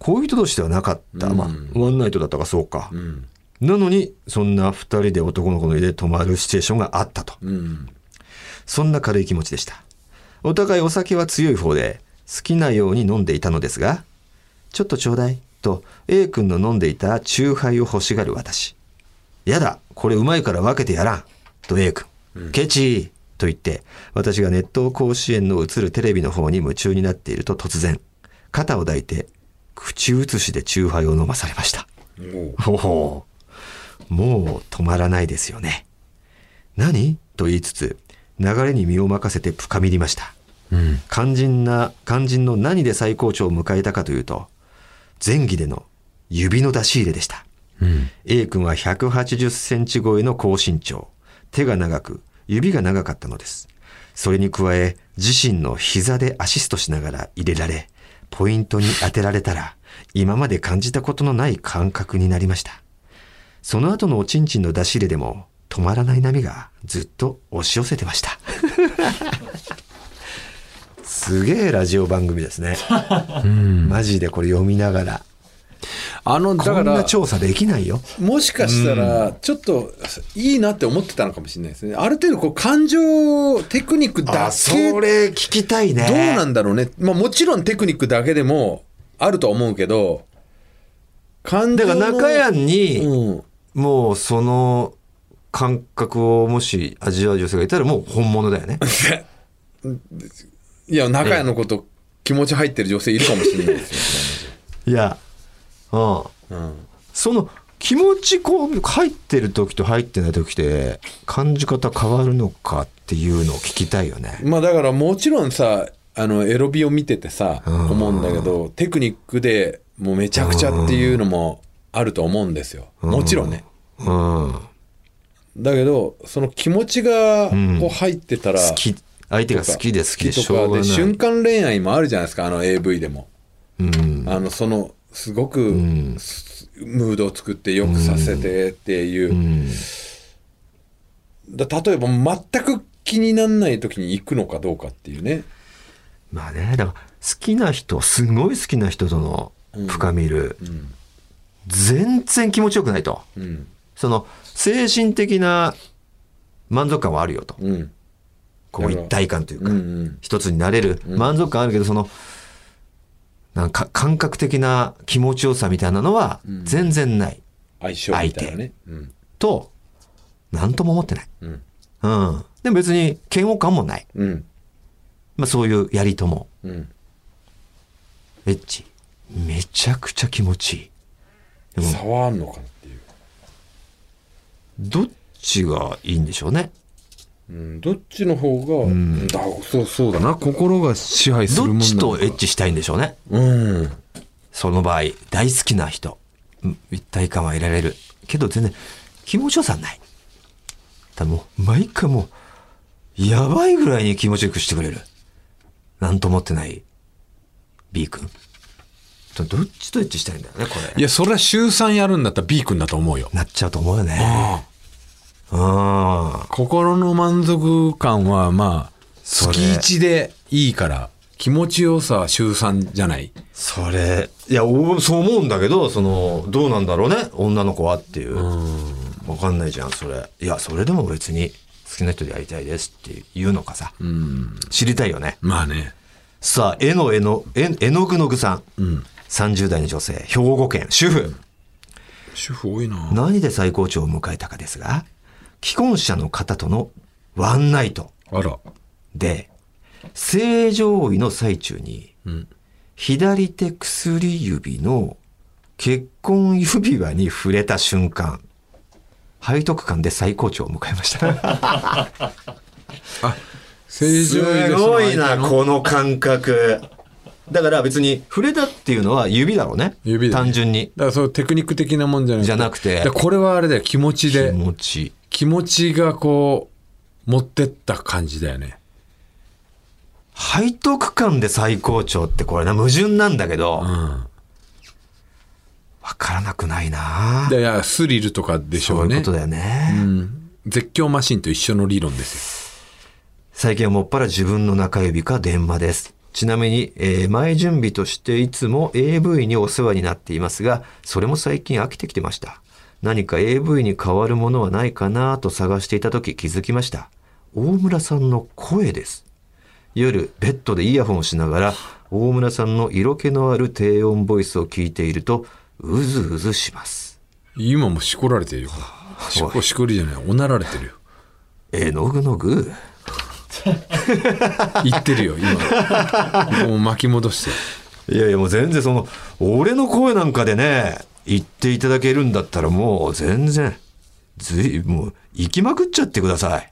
Speaker 1: 恋人同士ではなかった。まあ、ワンナイトだったかそうか。
Speaker 2: ん
Speaker 1: なのに、そんな二人で男の子の家で泊まるシチュエーションがあったと。
Speaker 2: うん
Speaker 1: そんな軽い気持ちでした。お互いお酒は強い方で、好きなように飲んでいたのですが、ちょっとちょうだい、と A 君の飲んでいたチューハイを欲しがる私。やだ、これうまいから分けてやらん、と A 君。ケチーと言って、私が熱湯甲子園の映るテレビの方に夢中になっていると突然、肩を抱いて、口移しでチューハイを飲まされました。ほほうもう止まらないですよね。何と言いつつ、流れに身を任せて深みりました。肝心な、肝心の何で最高潮を迎えたかというと、前儀での指の出し入れでした。A 君は180センチ超えの高身長。手が長く、指が長かったのです。それに加え、自身の膝でアシストしながら入れられ、ポイントに当てられたら、今まで感じたことのない感覚になりました。その後のおちんちんの出し入れでも、止まらない波がずっと押し寄せてました。すげえラジオ番組です
Speaker 2: [LAUGHS]
Speaker 1: ね。マジでこれ読みながら。
Speaker 2: あのだ
Speaker 1: こ
Speaker 2: か
Speaker 1: んな
Speaker 2: ら
Speaker 1: 調査できないよ。
Speaker 2: もしかしたらちょっといいなって思ってたのかもしれないですねある程度こう感情テクニックだ
Speaker 1: あ、それ聞
Speaker 2: けど
Speaker 1: きたいね。
Speaker 2: うなんだろうね、まあ、もちろんテクニックだけでもあるとは思うけど感
Speaker 1: だ
Speaker 2: 情
Speaker 1: か
Speaker 2: の
Speaker 1: ら中屋に、
Speaker 2: うん
Speaker 1: もうその感覚をもし味わう女性がいたらもう本物だよ [LAUGHS] ね。
Speaker 2: いや中谷のこと気持ち入ってる女性いるかもしれないです
Speaker 1: いや、うん。
Speaker 2: よ、うん
Speaker 1: その気持ちこう入ってる時と入ってない時で感じ方変わるのかっていうのを聞きたいよね。
Speaker 2: まあだからもちろんさあのエロビを見ててさ
Speaker 1: ん
Speaker 2: 思うんだけどテクニックでもうめちゃくちゃっていうのもあると思うんですよもちろんね
Speaker 1: うん。好
Speaker 2: だけどその気持ちがこう入ってたら、
Speaker 1: き、相手が好きで好きでしょうがな
Speaker 2: で
Speaker 1: い。
Speaker 2: 瞬間恋愛もあるじゃないですかあの AV でも、
Speaker 1: うん。
Speaker 2: あのそのすごく、
Speaker 1: ん
Speaker 2: すムードを作ってよくさせてっていう、
Speaker 1: うん。
Speaker 2: だ例えば全く気になんない時に行くのかどうかっていうね
Speaker 1: まあね、だから好きな人、すごい好きな人との深みる、
Speaker 2: うん
Speaker 1: 全然気持ちよくないと。
Speaker 2: うん
Speaker 1: その、精神的な満足感はあるよと。
Speaker 2: うん
Speaker 1: こう一体感という
Speaker 2: うんう
Speaker 1: か、
Speaker 2: ん
Speaker 1: 一つになれる満足感あるけど、その、なんか感覚的な気持ちよさみたいなのは全然ない。
Speaker 2: 相性みたいなね、うん
Speaker 1: と、なんとも思ってない。
Speaker 2: うん
Speaker 1: うん。でも別に嫌悪感もない。
Speaker 2: うん
Speaker 1: まあそういうやりとも。
Speaker 2: うん
Speaker 1: エッチ。めちゃくちゃ気持ちいい。うん
Speaker 2: 差はあんのかなっていう、
Speaker 1: どっちがいいんでしょうね。
Speaker 2: うん、どっちの方が、だそうそうだな心が支配するも
Speaker 1: ど
Speaker 2: ん
Speaker 1: っ
Speaker 2: な
Speaker 1: ち
Speaker 2: の
Speaker 1: と
Speaker 2: か
Speaker 1: エッチしたいんでしょうね。
Speaker 2: うん
Speaker 1: その場合、大好きな人。うん一体感は得られる。けど全然気持ちよさはない。ただもう、毎回もう、やばいぐらいに気持ちよくしてくれる。なんともってない B 君。どどっちとエッチしたいんだよね、これ。
Speaker 2: いやそれは週3やるんだったら B 君だと思うよ
Speaker 1: なっちゃうと思うよね。うん。
Speaker 2: 心の満足感はまあ
Speaker 1: それ
Speaker 2: 月1でいいから気持ちよさは週3じゃない
Speaker 1: それ、いや、おそう思うんだけど、その、どうなんだろうね、女の子はっていう。わかんないじゃん、それ。いや、それでも別に好きな人でやりたいですっていうのかさ。
Speaker 2: うん
Speaker 1: 知りたいよね。
Speaker 2: まあね
Speaker 1: さあ、絵の絵の、絵絵の具の具さん。30代の女性、兵庫県、主婦。
Speaker 2: 主婦多いな
Speaker 1: 何で最高潮を迎えたかですが、既婚者の方とのワンナイト
Speaker 2: あら
Speaker 1: で、正常位の最中に、
Speaker 2: うん
Speaker 1: 左手薬指の結婚指輪に触れた瞬間、背徳感で最高潮を迎えま
Speaker 2: [LAUGHS]
Speaker 1: した。
Speaker 2: あ正常位
Speaker 1: す
Speaker 2: で
Speaker 1: ごい
Speaker 2: その相手
Speaker 1: な、
Speaker 2: の
Speaker 1: この感覚。だから別に触れたっていうのは指だろうね。
Speaker 2: 指だね
Speaker 1: 単純に。
Speaker 2: だからそうテクニック的なもんじゃなくて
Speaker 1: じゃなくて
Speaker 2: だからこれはあれだよ気持ち
Speaker 1: 気
Speaker 2: で
Speaker 1: 持ちいい。
Speaker 2: 気持ちがこう持ってった感じだよね
Speaker 1: 背徳感で最高潮ってこれな、矛盾なんだけど、
Speaker 2: う
Speaker 1: わ
Speaker 2: ん
Speaker 1: からなくないな
Speaker 2: だからスリルとかでしょ
Speaker 1: そう
Speaker 2: う
Speaker 1: いう
Speaker 2: ね
Speaker 1: ことだよね。
Speaker 2: うん絶叫マシンと一緒の理論です
Speaker 1: 最近はもっぱら自分の中指か電話です。ちなみに、えー前準備としていつも AV にお世話になっていますが、それも最近飽きてきてました。何か AV に変わるものはないかなと探していた時気づきました。大村さんの声です。夜、ベッドでイヤホンをしながら、大村さんの色気のある低音ボイスを聞いていると、うずうずします。
Speaker 2: よ今もしこられてるよしこしこりじゃないおなられてるよ
Speaker 1: えのぐのぐ。
Speaker 2: 言ってるよ今もう巻き戻して
Speaker 1: いやいやもう全然その俺の声なんかでね言っていただけるんだったらもう全然ずいもう行きまくっちゃってください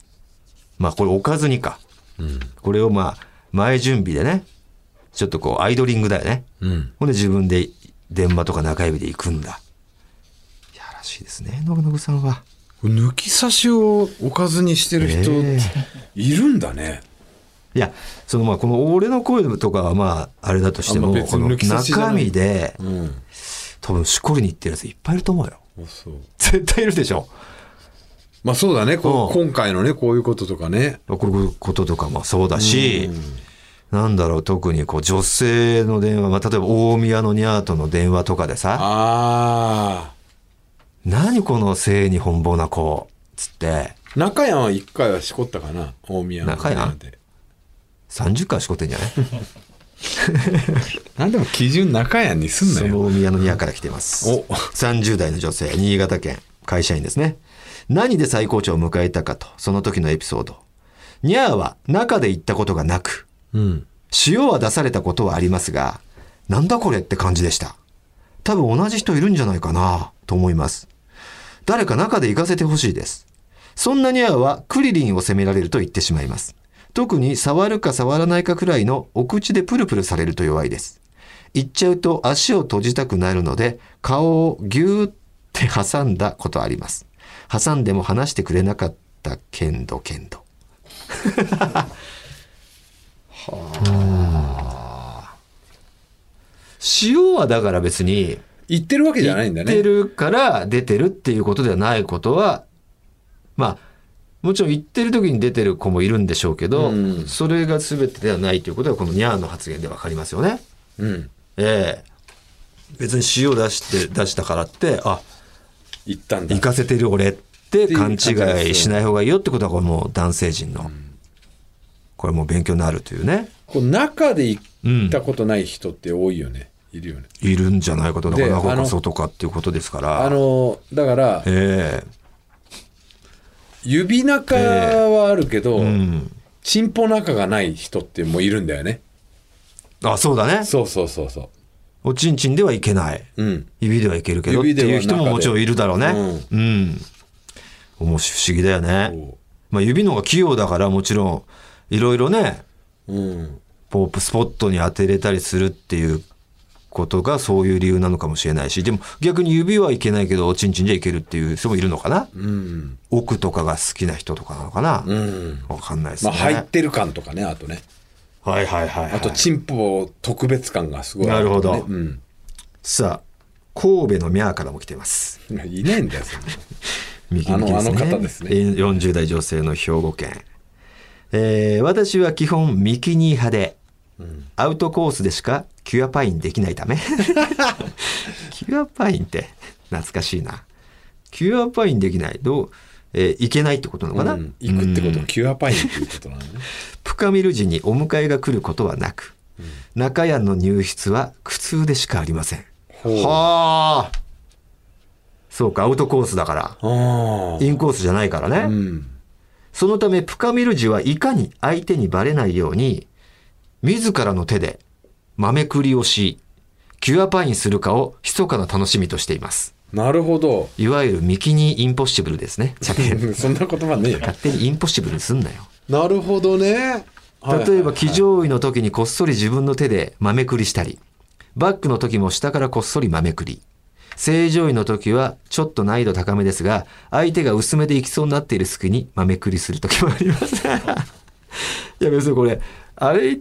Speaker 1: まあこれおかずにか、これをまあ前準備でね、ちょっとこう、アイドリングだよね。
Speaker 2: うん。
Speaker 1: ほんで自分で電話とか中指で行くんだ。いやらしいですね、信信さんは。
Speaker 2: 抜き差しをおかずにしてる人
Speaker 1: ええ
Speaker 2: いるんだね。
Speaker 1: いや、そのまあ、この俺の声とかはまあ、あれだとして
Speaker 2: あ
Speaker 1: も、
Speaker 2: まあ別
Speaker 1: こ
Speaker 2: に
Speaker 1: の
Speaker 2: 抜き差しじゃない
Speaker 1: 中身で、
Speaker 2: うん。
Speaker 1: 多分しこりに行ってるやついっぱいいると思うよ。
Speaker 2: あそう。
Speaker 1: 絶対いるでしょ。
Speaker 2: まあそうだね。こう
Speaker 1: う
Speaker 2: 今回のね、こういうこととかね。
Speaker 1: こういうこととかもそうだし、なんだろう、特にこう、女性の電話、まあ、例えば大宮のニャーとの電話とかでさ、
Speaker 2: あ
Speaker 1: 何この性に奔放な子、つって、
Speaker 2: あ。中山は一回はしこったかな。大宮の
Speaker 1: 中山
Speaker 2: なんで。
Speaker 1: 30回しこってんじゃない
Speaker 2: なんでも基準中山にすん
Speaker 1: そ
Speaker 2: な
Speaker 1: の
Speaker 2: よ。
Speaker 1: 大宮のニャーから来てます。
Speaker 2: お
Speaker 1: 30代の女性、新潟県、会社員ですね。何で最高潮を迎えたかと、その時のエピソード。ニャーは中で行ったことがなく、
Speaker 2: うん。
Speaker 1: 塩は出されたことはありますが、なんだこれって感じでした。多分同じ人いるんじゃないかなと思います。誰か中で行かせてほしいです。そんなニャーはクリリンを責められると言ってしまいます。特に触るか触らないかくらいのお口でプルプルされると弱いです。行っちゃうと足を閉じたくなるので、顔をぎゅーって挟んだことあります。挟んでも話してくれなかったけんどけんど。塩はだから別に
Speaker 2: 言ってるわけじゃないんだね。
Speaker 1: 言ってるから出てるっていうことではないことはまあもちろん言ってる時に出てる子もいるんでしょうけど、
Speaker 2: うん
Speaker 1: それが全てではないということはこのニャーの発言で分かりますよね。
Speaker 2: うん。
Speaker 1: ええ別に塩出して出したからってあ
Speaker 2: 言ったんだ
Speaker 1: 行。かせてる俺って
Speaker 2: いう
Speaker 1: 勘違
Speaker 2: 感じですよ
Speaker 1: いしない方がいいよってことはこれもう男性陣の、これもう勉強になるというね
Speaker 2: こう中で行ったことない人って多いよね。いるよね。
Speaker 1: いるんじゃないことだか
Speaker 2: で
Speaker 1: ら
Speaker 2: あ
Speaker 1: 中
Speaker 2: の
Speaker 1: か外かっていうことですから。
Speaker 2: あの、だから、
Speaker 1: え
Speaker 2: 指中はあるけど、
Speaker 1: えうん
Speaker 2: チンポ中がない人ってもういるんだよね。
Speaker 1: あそうだね
Speaker 2: そうそうそうそ。
Speaker 1: おちんちんではいけないう
Speaker 2: うん。
Speaker 1: 指ではいけるけどって
Speaker 2: 指では
Speaker 1: いう人ももちろんいるだろうね
Speaker 2: 中
Speaker 1: うん、面白い不思議だよね、
Speaker 2: そ
Speaker 1: まあ、指の方が器用だからもちろんいろいろね
Speaker 2: ううん。
Speaker 1: ポップスポットに当てれたりするっていうことがそういう理由なのかもしれないしでも逆に指はいけないけどおちんちんじゃいけるっていう人もいるのかな、
Speaker 2: うん。
Speaker 1: 奥とかが好きな人とかなのかな、
Speaker 2: うん。
Speaker 1: わかんないです
Speaker 2: ま
Speaker 1: ね、
Speaker 2: あ入ってる感とかね、あとね。
Speaker 1: はいはいはい、はい、
Speaker 2: あと、チンポ特別感がすごいあとね、
Speaker 1: なるほど
Speaker 2: うん。
Speaker 1: さあ神戸のミャーからも来てます
Speaker 2: いないんだよ、そんな
Speaker 1: 右向きですね
Speaker 2: あのあの方ですね
Speaker 1: えー40代女性の兵庫県、えー私は基本ミキニ派で、アウトコースでしかキュアパインできない
Speaker 2: [LAUGHS]
Speaker 1: ためキュアパインって懐かしいなキュアパインできないどう、えーいけないってことなのかな、
Speaker 2: うん行くってこと
Speaker 1: うん
Speaker 2: キュアパインっていうことなのね。
Speaker 1: 深見る時にお迎えが来ることはなく、中屋の入室は苦痛でしかありません
Speaker 2: ほう
Speaker 1: [LAUGHS] はあそうかアウトコースだから
Speaker 2: あ
Speaker 1: インコースじゃないからね、
Speaker 2: あ。うん。
Speaker 1: そのため、プカミルジはいかに相手にバレないように、自らの手で豆くりをし、キュアパインするかを密かな楽しみとしています。
Speaker 2: なる
Speaker 1: [LAUGHS]
Speaker 2: ほど。
Speaker 1: いわゆるミキニインポッシブルですね。着
Speaker 2: そんな言葉ねえよ。
Speaker 1: 勝手にインポッシブルにすんなよ。
Speaker 2: なるほどね。はい
Speaker 1: 例えば、騎乗位の時にこっそり自分の手で豆くりしたり、バックの時も下からこっそり豆くり。正常位の時はちょっと難易度高めですが、相手が薄めでいきそうになっている隙に豆くりする時もあります。い [LAUGHS] や、別にこれ、あれ、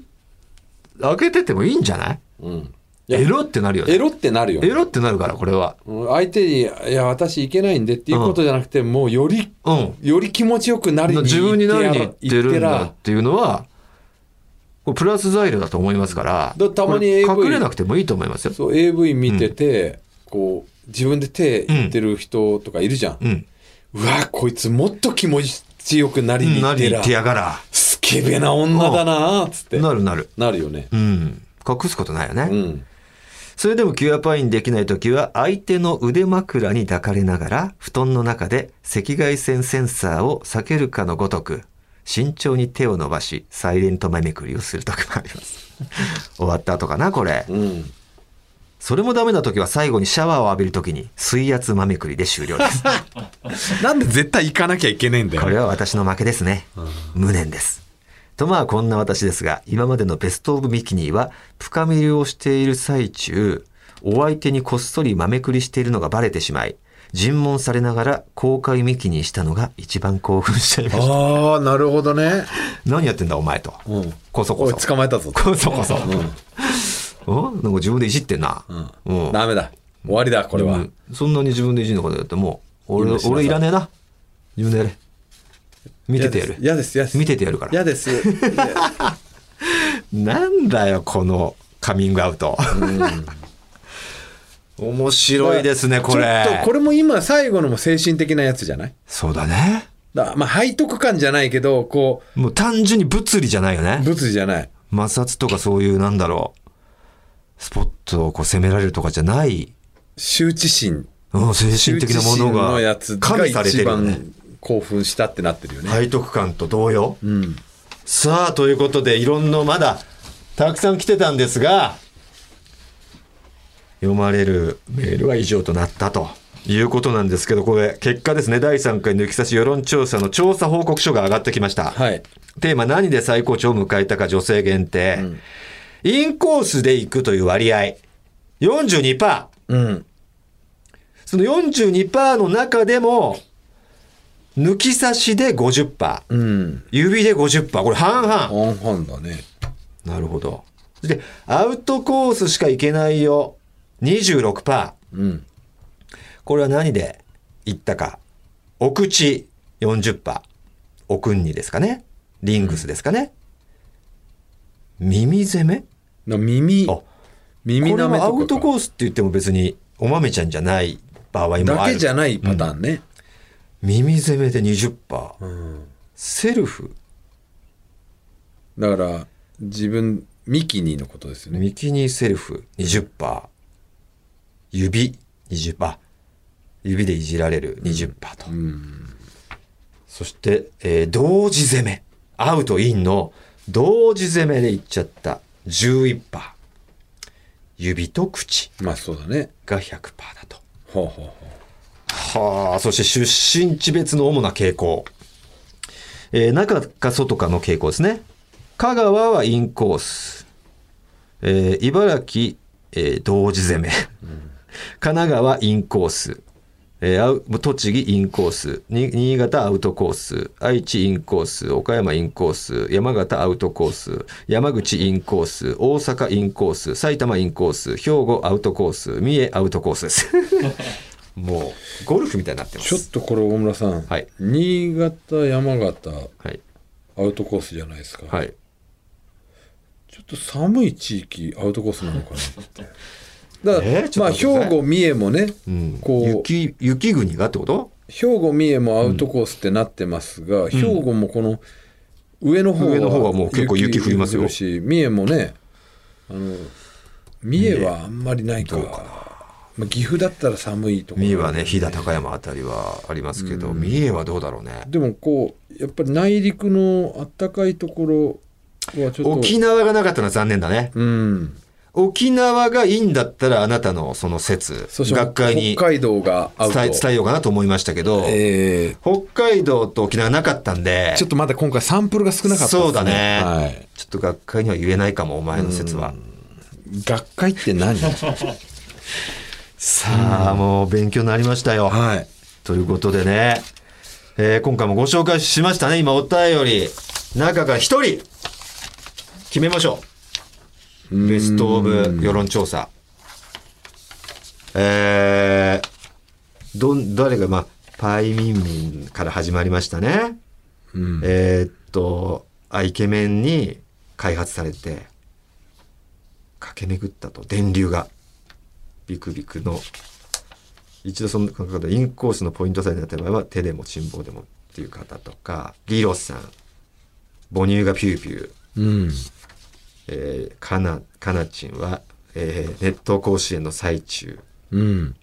Speaker 1: 開けててもいいんじゃない
Speaker 2: うん。いや
Speaker 1: エロってなるよ
Speaker 2: エ
Speaker 1: ね。
Speaker 2: ロってなるよ
Speaker 1: エ
Speaker 2: ね。
Speaker 1: ロってなるから、これは。
Speaker 2: うん相手に、いや、私いけないんでっていうことじゃなくて、もうより、
Speaker 1: うん。
Speaker 2: より気持ちよくなりに
Speaker 1: 自分になりに
Speaker 2: 行
Speaker 1: いってるんだっ
Speaker 2: ら
Speaker 1: ていうのは、これプラス材料だと思いますから、
Speaker 2: だたま
Speaker 1: こ
Speaker 2: に
Speaker 1: れ
Speaker 2: AV
Speaker 1: 隠れなくてもいいと思いますよ。
Speaker 2: そう AV 見てて、こう自分で手いってる人とかいるじゃん、う
Speaker 1: うん。
Speaker 2: わこいつもっと気持ちよくなりにい
Speaker 1: な
Speaker 2: っ
Speaker 1: り
Speaker 2: て
Speaker 1: に
Speaker 2: ら、
Speaker 1: 行ってやがら。
Speaker 2: スケベな女だなーっつってな
Speaker 1: なるなる。
Speaker 2: るよね
Speaker 1: うん。隠すことないよね。
Speaker 2: うん
Speaker 1: それでもキュアパインできないときは、相手の腕枕に抱かれながら、布団の中で赤外線センサーを避けるかのごとく、慎重に手を伸ばし、サイレント前めくりをするときもあります。 [LAUGHS] 終わった後かな、これ。
Speaker 2: うん
Speaker 1: それもダメなときは最後にシャワーを浴びるときに、水圧まめくりで終了です。
Speaker 2: なんで絶対行かなきゃいけないんだ
Speaker 1: これは私の負けですね。無念です。とまあこんな私ですが、今までのベストオブビキニは、深みをしている最中、お相手にこっそりまめくりしているのがバレてしまい、尋問されながら公開ミキニしたのが一番興奮しちゃいました。
Speaker 2: ああなるほどね、
Speaker 1: 何やってんだお前と。
Speaker 2: うん、
Speaker 1: こそこ
Speaker 2: おい
Speaker 1: そ。
Speaker 2: 捕まえたぞ、
Speaker 1: こそこそ。おなんか自分でいじってんな。
Speaker 2: うん
Speaker 1: うん
Speaker 2: ダメだ終わりだこれ
Speaker 1: う
Speaker 2: は、
Speaker 1: んそんなに自分でいじんのかとやってもう俺
Speaker 2: 今しなさい
Speaker 1: 俺いらねえな自分でやれ見ててやる
Speaker 2: 嫌です嫌です
Speaker 1: 見ててやるから
Speaker 2: 嫌ですいや
Speaker 1: なんだよこのカミングアウト、面白いですねこれ
Speaker 2: ちょっとこれも今最後のも精神的なやつじゃない
Speaker 1: そうだね
Speaker 2: だまあ背徳感じゃないけどこ
Speaker 1: もう単純に物理じゃないよ
Speaker 2: う
Speaker 1: ね
Speaker 2: 物理じゃない
Speaker 1: 摩擦とかそういうなんだろうスポットをこう攻められるとかじゃない、
Speaker 2: 羞恥心
Speaker 1: うん、精神的なもの
Speaker 2: 羞恥心の
Speaker 1: が
Speaker 2: やつ
Speaker 1: 加
Speaker 2: が
Speaker 1: 味されてる
Speaker 2: 一
Speaker 1: よね
Speaker 2: 番興奮したってなってるよね、
Speaker 1: 背徳感と同様、
Speaker 2: うん、
Speaker 1: さあということでいろんなまだたくさん来てたんですが読まれるメールは以上となったということなんですけどこれ結果ですね第3回抜き差し世論調査の調査報告書が上がってきました、
Speaker 2: はい
Speaker 1: テーマ何で最高潮を迎えたか女性限定、インコースで行くという割合42%
Speaker 2: うん
Speaker 1: その42%の中でも抜き差しで50%
Speaker 2: うん
Speaker 1: 指で50%これ半々
Speaker 2: オンホンだね
Speaker 1: なるほど。そして、アウトコースしか行けないよ。26%。
Speaker 2: うん
Speaker 1: これは何で行ったか。お口40%。おくんにですかね。リングスですかね。耳攻め
Speaker 2: な耳
Speaker 1: あ
Speaker 2: 耳
Speaker 1: これ
Speaker 2: なめ
Speaker 1: はア
Speaker 2: と
Speaker 1: ウ
Speaker 2: か
Speaker 1: ト
Speaker 2: か
Speaker 1: コースって言っても別にお豆ちゃんじゃない場合もある。
Speaker 2: だけじゃ
Speaker 1: い。
Speaker 2: ないパターンね、
Speaker 1: 耳攻めで20%。セルフ
Speaker 2: だから自分ミキニのことですよね
Speaker 1: ミキニセルフ20%、指20%、指でいじられる20%と。そして、えー同時攻め。アウト、インの同時攻めでいっちゃった11%。指と口
Speaker 2: まあそうだね
Speaker 1: が100%だと。
Speaker 2: ほうほうほ
Speaker 1: はあ、そして出身地別の主な傾向。えー中か外かの傾向ですね。香川はインコース。えー茨城、えー同時攻め。神奈川インコース。えーアウ栃木インコース。に新潟アウトコース。愛知インコース。岡山インコース。山形アウトコース。山口インコース。大阪インコース。埼玉インコース。兵庫アウトコース。三重アウトコース
Speaker 2: [LAUGHS]
Speaker 1: です。もう、ゴルフみたいになって
Speaker 2: う
Speaker 1: ま
Speaker 2: ちょっ
Speaker 1: す。
Speaker 2: とこれ大村さん、
Speaker 1: はい
Speaker 2: 新潟山形
Speaker 1: はい。
Speaker 2: アウトコースじゃないですか、
Speaker 1: はい。
Speaker 2: ちょっと寒い地域アウトコースなのか
Speaker 1: [LAUGHS]
Speaker 2: なだから、
Speaker 1: えーちょ
Speaker 2: ま
Speaker 1: っ
Speaker 2: あ
Speaker 1: と待ってください
Speaker 2: 兵庫三重もね、
Speaker 1: うん、
Speaker 2: こう
Speaker 1: 雪、雪国がってこと
Speaker 2: 兵庫三重もアウトコースってなってますが、兵庫もこの上の方
Speaker 1: 上の方はもう結構雪降りますよ
Speaker 2: 降るし三重もねあの三重はあんまりないからまあ、岐阜だったら寒いところ
Speaker 1: 三重はね、飛騨高山あたりはありますけど、三重はどうだろうね。
Speaker 2: でもこうやっぱり内陸のあったかいところはちょっと
Speaker 1: 沖縄がなかったのは残念だね。
Speaker 2: うん
Speaker 1: 沖縄がいいんだったら、あなたのその説、
Speaker 2: そして
Speaker 1: 学会に
Speaker 2: 北海道がアウト
Speaker 1: 伝え伝えようかなと思いましたけど、
Speaker 2: えー
Speaker 1: 北海道と沖縄なかったんで、
Speaker 2: ちょっとまだ今回サンプルが少なかったです
Speaker 1: そうだね、
Speaker 2: はい。
Speaker 1: ちょっと学会には言えないかも、お前の説は。
Speaker 2: 学会って何は
Speaker 1: さあ、もう勉強になりましたよ。
Speaker 2: い。
Speaker 1: ということでね、えー今回もご紹介しましたね、今お便り。中から一人、決めましょう。ベストオブ世論調査。えー、どん、誰が、まあ、パイミンミンから始まりましたね。
Speaker 2: うん。
Speaker 1: えーっと、あ、イケメンに開発されて、駆け巡ったと、電流が。ビクビクの。一度その感覚でインコースのポイントさえになった場合は手でも辛抱でもっていう方とか、リロスさん、母乳がピューピュー、
Speaker 2: うん。
Speaker 1: えー、かな、かなちんは、えー、熱湯甲子園の最中、 [LAUGHS]
Speaker 2: うん。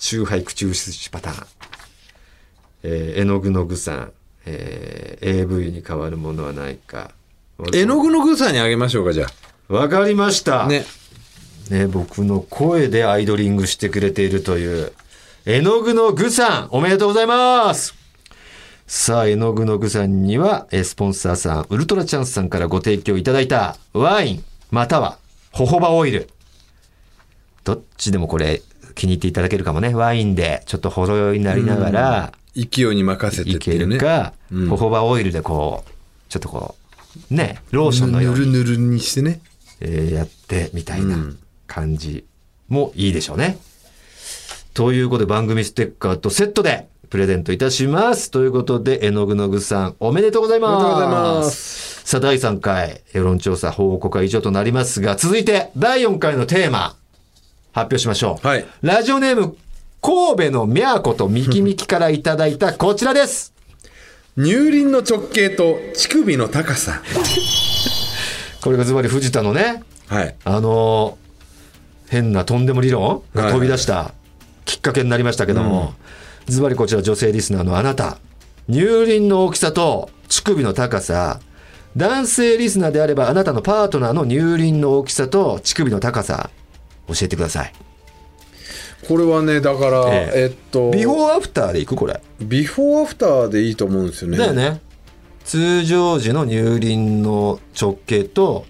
Speaker 1: チューハイ口移しパターン。えー、絵の具の具さん、えー、AV に変わるものはないか。
Speaker 2: 絵の具の具さんにあげましょうか、じゃ
Speaker 1: わかりました。
Speaker 2: あ。ね
Speaker 1: ね。。僕の声でアイドリングしてくれているという、絵の具の具さん、おめでとうございます。さあ、絵の具の具さんには、えースポンサーさん、ウルトラチャンスさんからご提供いただいたワイン、または、ホホバオイル。どっちでもこれ、気に入っていただけるかもね。ワインで、ちょっとほろ酔いになりながら、
Speaker 2: 勢いに任せてっ
Speaker 1: い
Speaker 2: て
Speaker 1: け
Speaker 2: いうね
Speaker 1: るか、
Speaker 2: うん
Speaker 1: ホホバオイルでこう、ちょっとこう、ね、ローションの
Speaker 2: ぬ
Speaker 1: ように
Speaker 2: るぬるにしてね
Speaker 1: えーやってみたいな
Speaker 2: うん
Speaker 1: 感じもいいでしょうね。ということで番組ステッカーとセットでプレゼントいたします。ということで、絵の具の具さんおめでとうございます。。
Speaker 2: おめでとうございます
Speaker 1: さあ、第3回、世論調査報告会以上となりますが、続いて第4回のテーマ、発表しましょう。
Speaker 2: はい
Speaker 1: ラジオネーム、神戸のみゃーことみきみきからいただいたこちらです。
Speaker 2: 乳輪の直径と乳首の高さ
Speaker 1: これがズバリ藤田のね、
Speaker 2: はい
Speaker 1: あのー変なとんでも理論が飛び出したきっかけになりましたけども、ズバリこちら女性リスナーのあなた、乳輪の大きさと乳首の高さ、男性リスナーであればあなたのパートナーの乳輪の大きさと乳首の高さ、教えてください。
Speaker 2: これはねだから
Speaker 1: え
Speaker 2: え
Speaker 1: え
Speaker 2: っと
Speaker 1: ビフォーアフターでいくこれ。
Speaker 2: ビフォーアフターでいいと思うんですよね
Speaker 1: だよね。通常時の乳輪の直径と、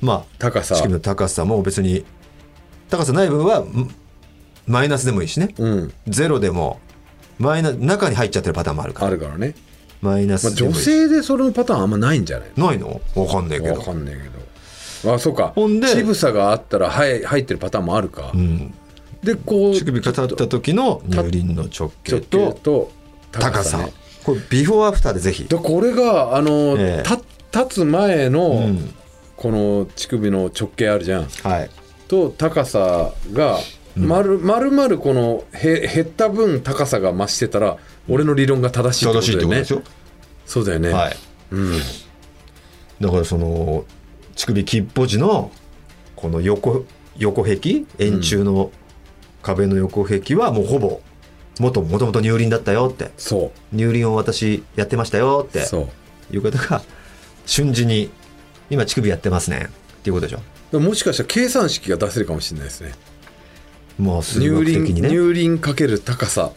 Speaker 1: まあ、
Speaker 2: 高さ
Speaker 1: 乳首の高さも別に、高さない分はんマイナスでもいいしね。
Speaker 2: うん
Speaker 1: ゼロでもマイナ中に入っちゃってるパターンもあるから
Speaker 2: あるからね、
Speaker 1: マイナ
Speaker 2: まあ、
Speaker 1: スでもい
Speaker 2: 女
Speaker 1: い
Speaker 2: 性でそれのパターンあんまないんじゃない
Speaker 1: ないのわかんないけ
Speaker 2: わ
Speaker 1: ど
Speaker 2: かんないけどあそうか
Speaker 1: ほんで
Speaker 2: 乳房があったらはい入ってるパターンもあるか、
Speaker 1: うん
Speaker 2: でこう
Speaker 1: 乳首が立った時の乳輪の直
Speaker 2: 直
Speaker 1: 径
Speaker 2: 径
Speaker 1: と
Speaker 2: と
Speaker 1: 高さ,、
Speaker 2: ね
Speaker 1: これビフォーアフターでぜひ
Speaker 2: でこれがあの、
Speaker 1: ええ
Speaker 2: た立つ前の、
Speaker 1: うん
Speaker 2: この乳首の直径あるじゃん
Speaker 1: はい
Speaker 2: と高さが丸丸々このへ減った分高さが増してたら俺の理論が正しいってことだよね
Speaker 1: ょ、
Speaker 2: そうだよね、
Speaker 1: はい
Speaker 2: うん、
Speaker 1: だからその乳首切っぽじのこの横横壁円柱の壁の横壁はもうほぼ元もともと乳輪だったよって
Speaker 2: そ
Speaker 1: 乳輪を私やってましたよっ
Speaker 2: う
Speaker 1: て
Speaker 2: そう
Speaker 1: いう方が瞬時に今乳首やってますねっていうことでしょ
Speaker 2: でももしかしたら計算式が出せるかもしれないですね
Speaker 1: もう数
Speaker 2: 乳
Speaker 1: 学的
Speaker 2: 輪
Speaker 1: にね
Speaker 2: 乳輪かける高 [LAUGHS] さ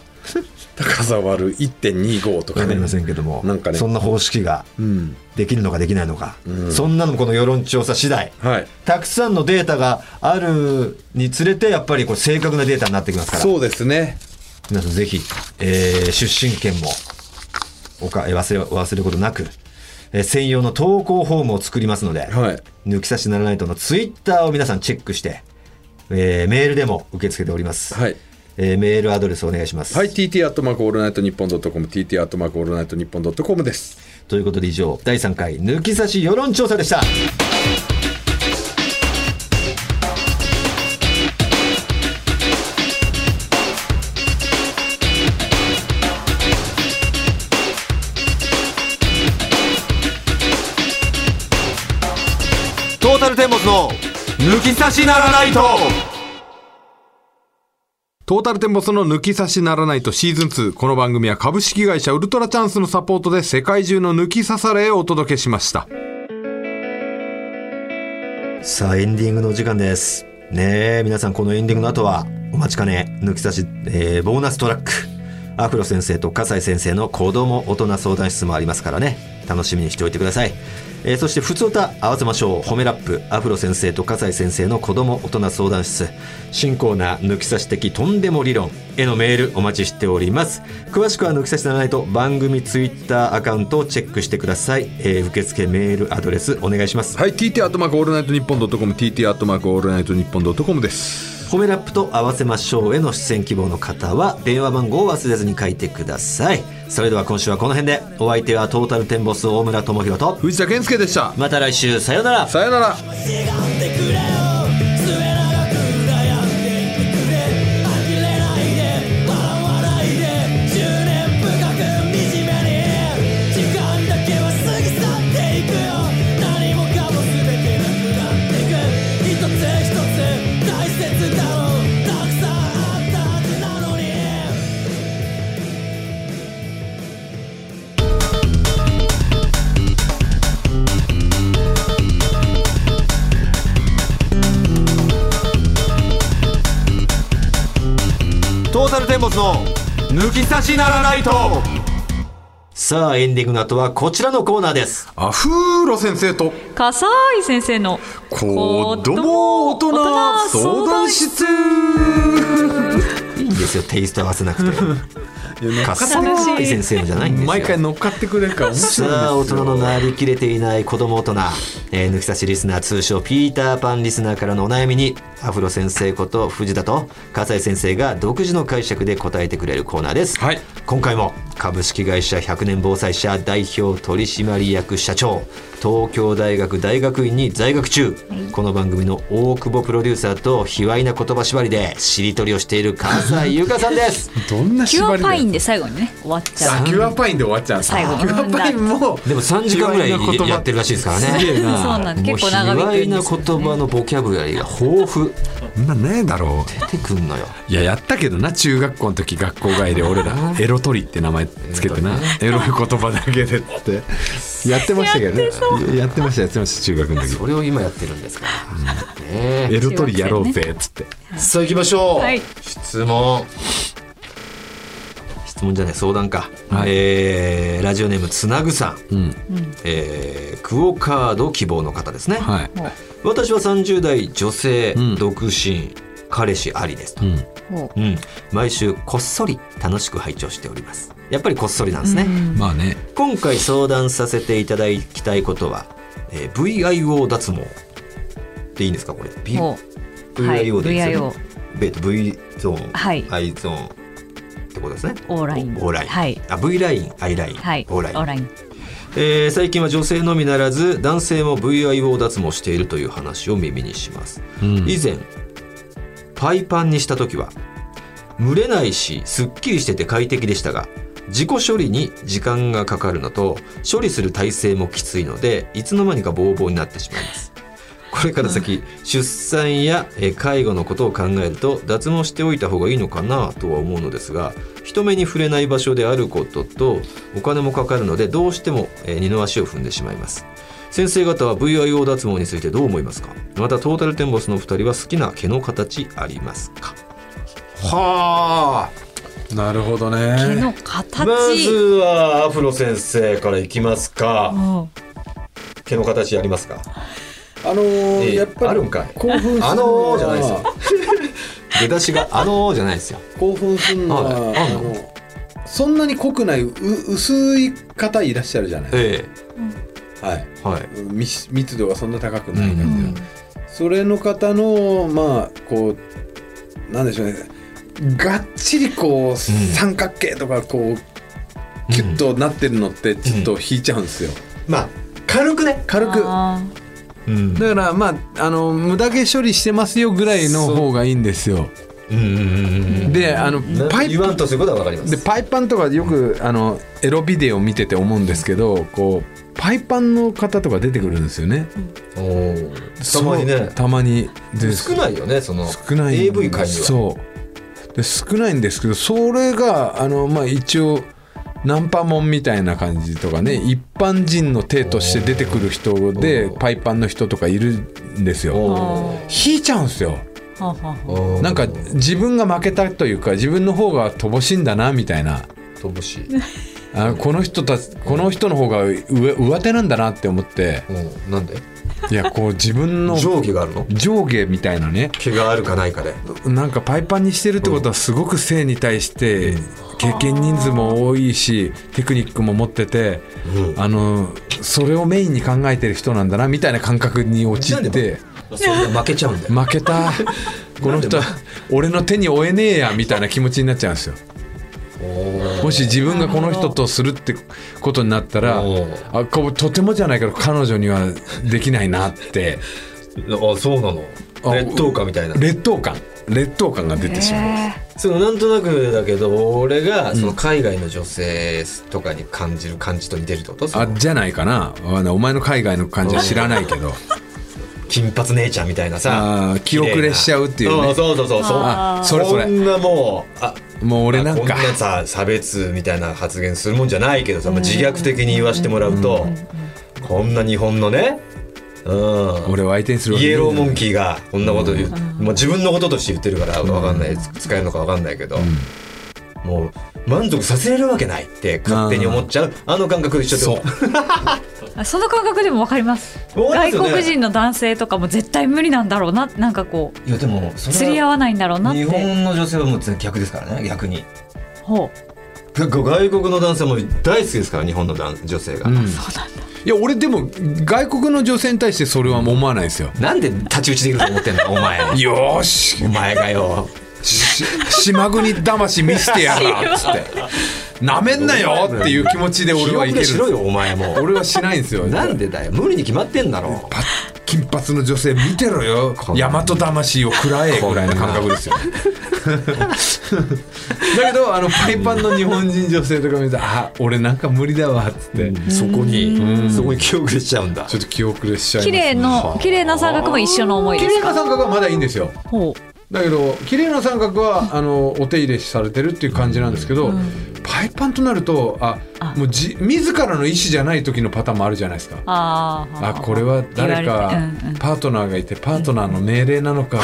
Speaker 2: 高さ割る1.25とか
Speaker 1: わか
Speaker 2: ね
Speaker 1: りませんけども
Speaker 2: なんかね
Speaker 1: そんな方式が
Speaker 2: うん
Speaker 1: できるのかできないのか、
Speaker 2: うん
Speaker 1: そんなのもこの世論調査次第
Speaker 2: はい
Speaker 1: たくさんのデータがあるにつれてやっぱりこれ正確なデータになってきますから
Speaker 2: そうですね
Speaker 1: 皆さんぜひ、えー出身県もおかえー忘れ忘れることなく、えー専用の投稿フォームを作りますので、
Speaker 2: はい
Speaker 1: 抜き差しならないとのツイッターを皆さんチェックして、えーメールでも受け付けております、
Speaker 2: はい
Speaker 1: えーメールアドレスお願いします、
Speaker 2: はい TT アットマークオールナイトニッポンドットコム TT アットマークオールナイトニッポンドットコムです
Speaker 1: ということで以上第3回抜き差し世論調査でしたトータルテンボスの抜き差しならないと
Speaker 2: トータルテンボスの抜き差しならないとシーズン2。この番組は株式会社ウルトラチャンスのサポートで世界中の抜き差されをお届けしました。
Speaker 1: さあエンディングのお時間ですねえ皆さんこのエンディングの後はお待ちかね抜き差し、えーボーナストラックアクロ先生と笠井先生の子供大人相談室もありますからね楽しみにしておいてください、えーそして普通歌合わせましょう褒めラップアフロ先生と笠井先生の子供大人相談室新コーナー抜き差し的とんでも理論へのメールお待ちしております詳しくは抜き差しならないと番組ツイッターアカウントをチェックしてください、えー受付メールアドレスお願いします
Speaker 2: はい、TT アットマークオールナイトニッポンドットコム、TT アットマークオールナイトニッポンドットコムです。
Speaker 1: 褒めラップと合わせましょうへの出演希望の方は電話番号を忘れずに書いてくださいそれでは今週はこの辺でお相手はトータルテンボス大村智広と
Speaker 2: 藤田健介でした。
Speaker 1: また来週さようなら
Speaker 2: さよなら。
Speaker 1: トータルテンボスの抜き差しならないとさあエンディングの後はこちらのコーナーです
Speaker 2: アフーロ先生と
Speaker 3: 笠井先生の
Speaker 2: 子供大人相談室
Speaker 1: いいんですよテイスト合わせなくて
Speaker 2: [LAUGHS]
Speaker 1: 笠井先生のじゃないんですよ
Speaker 2: 毎回乗っかってくれるから面白いんですよ
Speaker 1: さあ大人のなりきれていない子供大人、えー抜き差しリスナー通称ピーターパンリスナーからのお悩みにアフロ先生こと藤田と笠井先生が独自の解釈で答えてくれるコーナーです、
Speaker 2: はい
Speaker 1: 今回も株式会社100年防災社代表取締役社長東京大学大学院に在学中、この番組の大久保プロデューサーと卑猥な言葉縛りでしりとりをしている笠井優香さんです
Speaker 3: [LAUGHS]
Speaker 2: どんな
Speaker 3: キ
Speaker 2: 縛
Speaker 3: ュア
Speaker 2: りだ
Speaker 3: パイ
Speaker 2: よ
Speaker 3: ンで最後にね終わっちゃ
Speaker 2: あ
Speaker 3: う
Speaker 2: キュアパインで終わっちゃうんです
Speaker 3: 最後
Speaker 2: キュアパインも
Speaker 1: でも3時間ぐらい
Speaker 2: 卑猥な言葉
Speaker 1: やってるらしいですからね。
Speaker 2: すげえな
Speaker 3: そうなんです
Speaker 1: もう
Speaker 3: 結構長引
Speaker 1: 卑猥
Speaker 3: くん
Speaker 1: な
Speaker 3: ですよ
Speaker 1: 言葉のボキャブラリーが豊富
Speaker 2: そんなねえだろう
Speaker 1: 出てくんのよ。
Speaker 2: いややったけどな中学校の時学校外で俺らエロ取りって名前つけてなエロい言葉だけでって [LAUGHS] やってましたけどねやってましたやってました中学の時
Speaker 1: それを今やってるんですから。ねえ
Speaker 2: エロ取りやろうぜっつって
Speaker 1: さあ行きましょう。
Speaker 3: はい
Speaker 1: 質問。質問じゃない相談か。
Speaker 2: はい
Speaker 1: えーラジオネームつなぐさん、
Speaker 2: うん
Speaker 1: えークオカード希望の方ですね。
Speaker 2: はい
Speaker 1: 私は30代女性、
Speaker 2: うん
Speaker 1: 独身彼氏ありですと。
Speaker 2: うん
Speaker 3: も
Speaker 1: うん、毎週こっそり楽しく拝聴しておりますやっぱりこっそりなんですね、
Speaker 2: まあね
Speaker 1: 今回相談させていただきたいことは、えー VIO 脱毛でいいんですかこれ、
Speaker 3: う
Speaker 1: B
Speaker 3: も
Speaker 1: VIO でいいですよね、
Speaker 3: はい
Speaker 1: V- と V ゾーン、
Speaker 3: はい
Speaker 1: I ゾーンってことですね
Speaker 3: うオーライン
Speaker 1: オーライン、
Speaker 3: はい
Speaker 1: あ V ライン I ライン、
Speaker 3: はい
Speaker 1: オーライン
Speaker 3: イン
Speaker 1: えー最近は女性のみならず男性も VIO 脱毛しているという話を耳にします、
Speaker 2: うん
Speaker 1: 以前パイパンにした時は蒸れないしすっきりしてて快適でしたが自己処理に時間がかかるのと処理する体勢もきついのでいつの間にかボーボーになってしまいますこれから先、出産やえー介護のことを考えると脱毛しておいた方がいいのかなとは思うのですが人目に触れない場所であることとお金もかかるのでどうしてもえー二の足を踏んでしまいます先生方は VIO 脱毛についてどう思いますかまたトータルテンボスのお二人は好きな毛の形ありますかはあ
Speaker 2: なるほど
Speaker 3: 毛
Speaker 2: ね
Speaker 3: の形、
Speaker 1: はアフロ先生からいきますか
Speaker 3: も
Speaker 1: 毛の形ありますか
Speaker 2: あの
Speaker 1: え
Speaker 2: ー
Speaker 1: え
Speaker 2: やっぱり
Speaker 1: あるんかい
Speaker 2: 興奮する
Speaker 1: あのーじゃないですよ出だしが「あのー」じゃないですよ
Speaker 2: 興奮するのは、
Speaker 1: はいあ
Speaker 2: あ
Speaker 1: んの
Speaker 2: のそんなに濃くないう薄い方いらっしゃるじゃない、
Speaker 1: え
Speaker 2: はい、
Speaker 1: えはい
Speaker 2: 密密度がそんな高くない感じの、
Speaker 3: うん
Speaker 2: それの方のまあこうなんでしょうねがっちりこう三角形とかこう、キュッとなってるのってちょっと引いちゃうんですよ、
Speaker 1: まあ軽くね
Speaker 2: 軽くだ
Speaker 3: あ
Speaker 1: うん
Speaker 2: からまああの無駄毛処理してますよぐらいの方がいいんですよ
Speaker 1: うんうんうん
Speaker 2: であの
Speaker 1: うん
Speaker 2: パイ
Speaker 1: 言わんとすることはわかります
Speaker 2: でパイパンとかよくあのエロビデオ見てて思うんですけどこうパイパンの方とか出てくるんですよね
Speaker 1: おーたまにね
Speaker 2: そうたまにで
Speaker 1: 少ないよねその
Speaker 2: 少ないん
Speaker 1: AV 界には
Speaker 2: そうで少ないんですけどそれがあのまあ一応ナンパモンみたいな感じとかね一般人の手として出てくる人で
Speaker 1: おー
Speaker 2: パイパンの人とかいるんですよ
Speaker 1: お
Speaker 2: 引いちゃうんですよ
Speaker 3: ーはあはあは
Speaker 1: ー
Speaker 2: なんか自分が負けたというか自分の方が乏しいんだなみたいな
Speaker 1: 乏
Speaker 2: [LAUGHS]
Speaker 1: しい
Speaker 2: あこの人たちこの人の方が上上手なんだなって思って
Speaker 1: うんなんで
Speaker 2: いやこう自分の
Speaker 1: 上下があるの
Speaker 2: 上下みたいなね
Speaker 1: 毛があるかないかで
Speaker 2: なんかパイパンにしてるってことはすごく性に対して経験人数も多いしテクニックも持ってて
Speaker 1: うん
Speaker 2: あのそれをメインに考えてる人なんだなみたいな感覚に陥
Speaker 1: なん
Speaker 2: っ
Speaker 1: で
Speaker 2: て
Speaker 1: そんな負けちゃうんだよ
Speaker 2: 負
Speaker 1: [LAUGHS]
Speaker 2: けたこの人は俺の手に負えねえやみたいな気持ちになっちゃうんですよ。
Speaker 1: おー
Speaker 2: もし自分がこの人とするってことになったら
Speaker 1: お
Speaker 2: あこうとてもじゃないけど彼女にはできないな
Speaker 1: [LAUGHS]
Speaker 2: って
Speaker 1: あそうなの
Speaker 2: あ
Speaker 1: 劣等感みたいな
Speaker 2: 劣等感劣等感が出てしまう、
Speaker 1: そのなんとなくだけど俺がその海外の女性とかに感じる感じと似てるってことそ
Speaker 2: あ
Speaker 1: の
Speaker 2: じゃないかなあのお前の海外の感じは知らないけ
Speaker 1: [LAUGHS]
Speaker 2: ど
Speaker 1: 金髪姉ちゃんみたいなさ
Speaker 2: あー記憶れしちゃうっていうね
Speaker 1: そうそうそうそう
Speaker 2: あそれそ
Speaker 1: こ
Speaker 2: れ
Speaker 1: んなもうあ
Speaker 2: もう俺なん
Speaker 1: こんな
Speaker 2: か
Speaker 1: さ差別みたいな発言するもんじゃないけどさ、まあ自虐的に言わしてもらうと、こんな日本のね、うん、
Speaker 2: 俺を相手にするわ
Speaker 1: イ
Speaker 2: け
Speaker 1: エローモ
Speaker 2: ね
Speaker 1: ンキーがこんなこと言う、もう自分のこととして言ってるからわかんない、使えるのかわかんないけど、
Speaker 4: もう満足させれるわけないって勝手に思っちゃうあの感覚と一緒ってこと
Speaker 3: あその感覚でもわかります
Speaker 4: わかりますよ
Speaker 3: 外
Speaker 4: ね
Speaker 3: 国人の男性とかも絶対無理なんだろうななんかこう
Speaker 4: いやでもそれは
Speaker 3: 釣り合わないんだろうなっ
Speaker 4: 日
Speaker 3: て
Speaker 4: 本の女性はもう逆ですからね逆に
Speaker 3: ほ
Speaker 4: が外国の男性も大好きですから日本の男女性が、
Speaker 2: うん
Speaker 3: うそうなんだ
Speaker 2: いや俺でも外国の女性に対してそれは思わないですよ。
Speaker 4: なんで太刀打ちできると思ってんだお前
Speaker 2: よーし
Speaker 4: お前がよ
Speaker 2: し島国魂見せてや
Speaker 1: [LAUGHS]
Speaker 2: らっつってなめんなよっていう気持ちで俺はい
Speaker 4: 記憶
Speaker 2: け
Speaker 4: でしろ
Speaker 2: る
Speaker 4: よお前も
Speaker 2: 俺はしないんですよ
Speaker 4: なんでだよ無理に決まってんだろ
Speaker 2: パ金髪の女性見てろよ
Speaker 4: んな
Speaker 2: 大和魂を食らえぐらいの感覚ですよ [LAUGHS] だけどあのパイパンの日本人女性とか見てあ俺なんか無理だわっつって、
Speaker 4: そこ
Speaker 2: うん
Speaker 4: にそこに記憶でしちゃうんだ
Speaker 2: ちょっと記憶でしちゃいます
Speaker 3: 綺麗の綺麗な三角も一緒の思い
Speaker 2: 綺
Speaker 3: です
Speaker 2: 麗
Speaker 3: か
Speaker 2: な三角はまだいいんですよ
Speaker 3: ほ
Speaker 2: だけど綺麗な三角はあのお手入れされてるっていう感じなんですけど、
Speaker 3: うん
Speaker 2: パイパンとなるとあ
Speaker 3: あ
Speaker 2: もうじ自らの意思じゃない時のパターンもあるじゃないですか
Speaker 3: うあー
Speaker 2: あこれは誰か
Speaker 3: 言われてうんうん
Speaker 2: パートナーがいてパートナーの命令なのか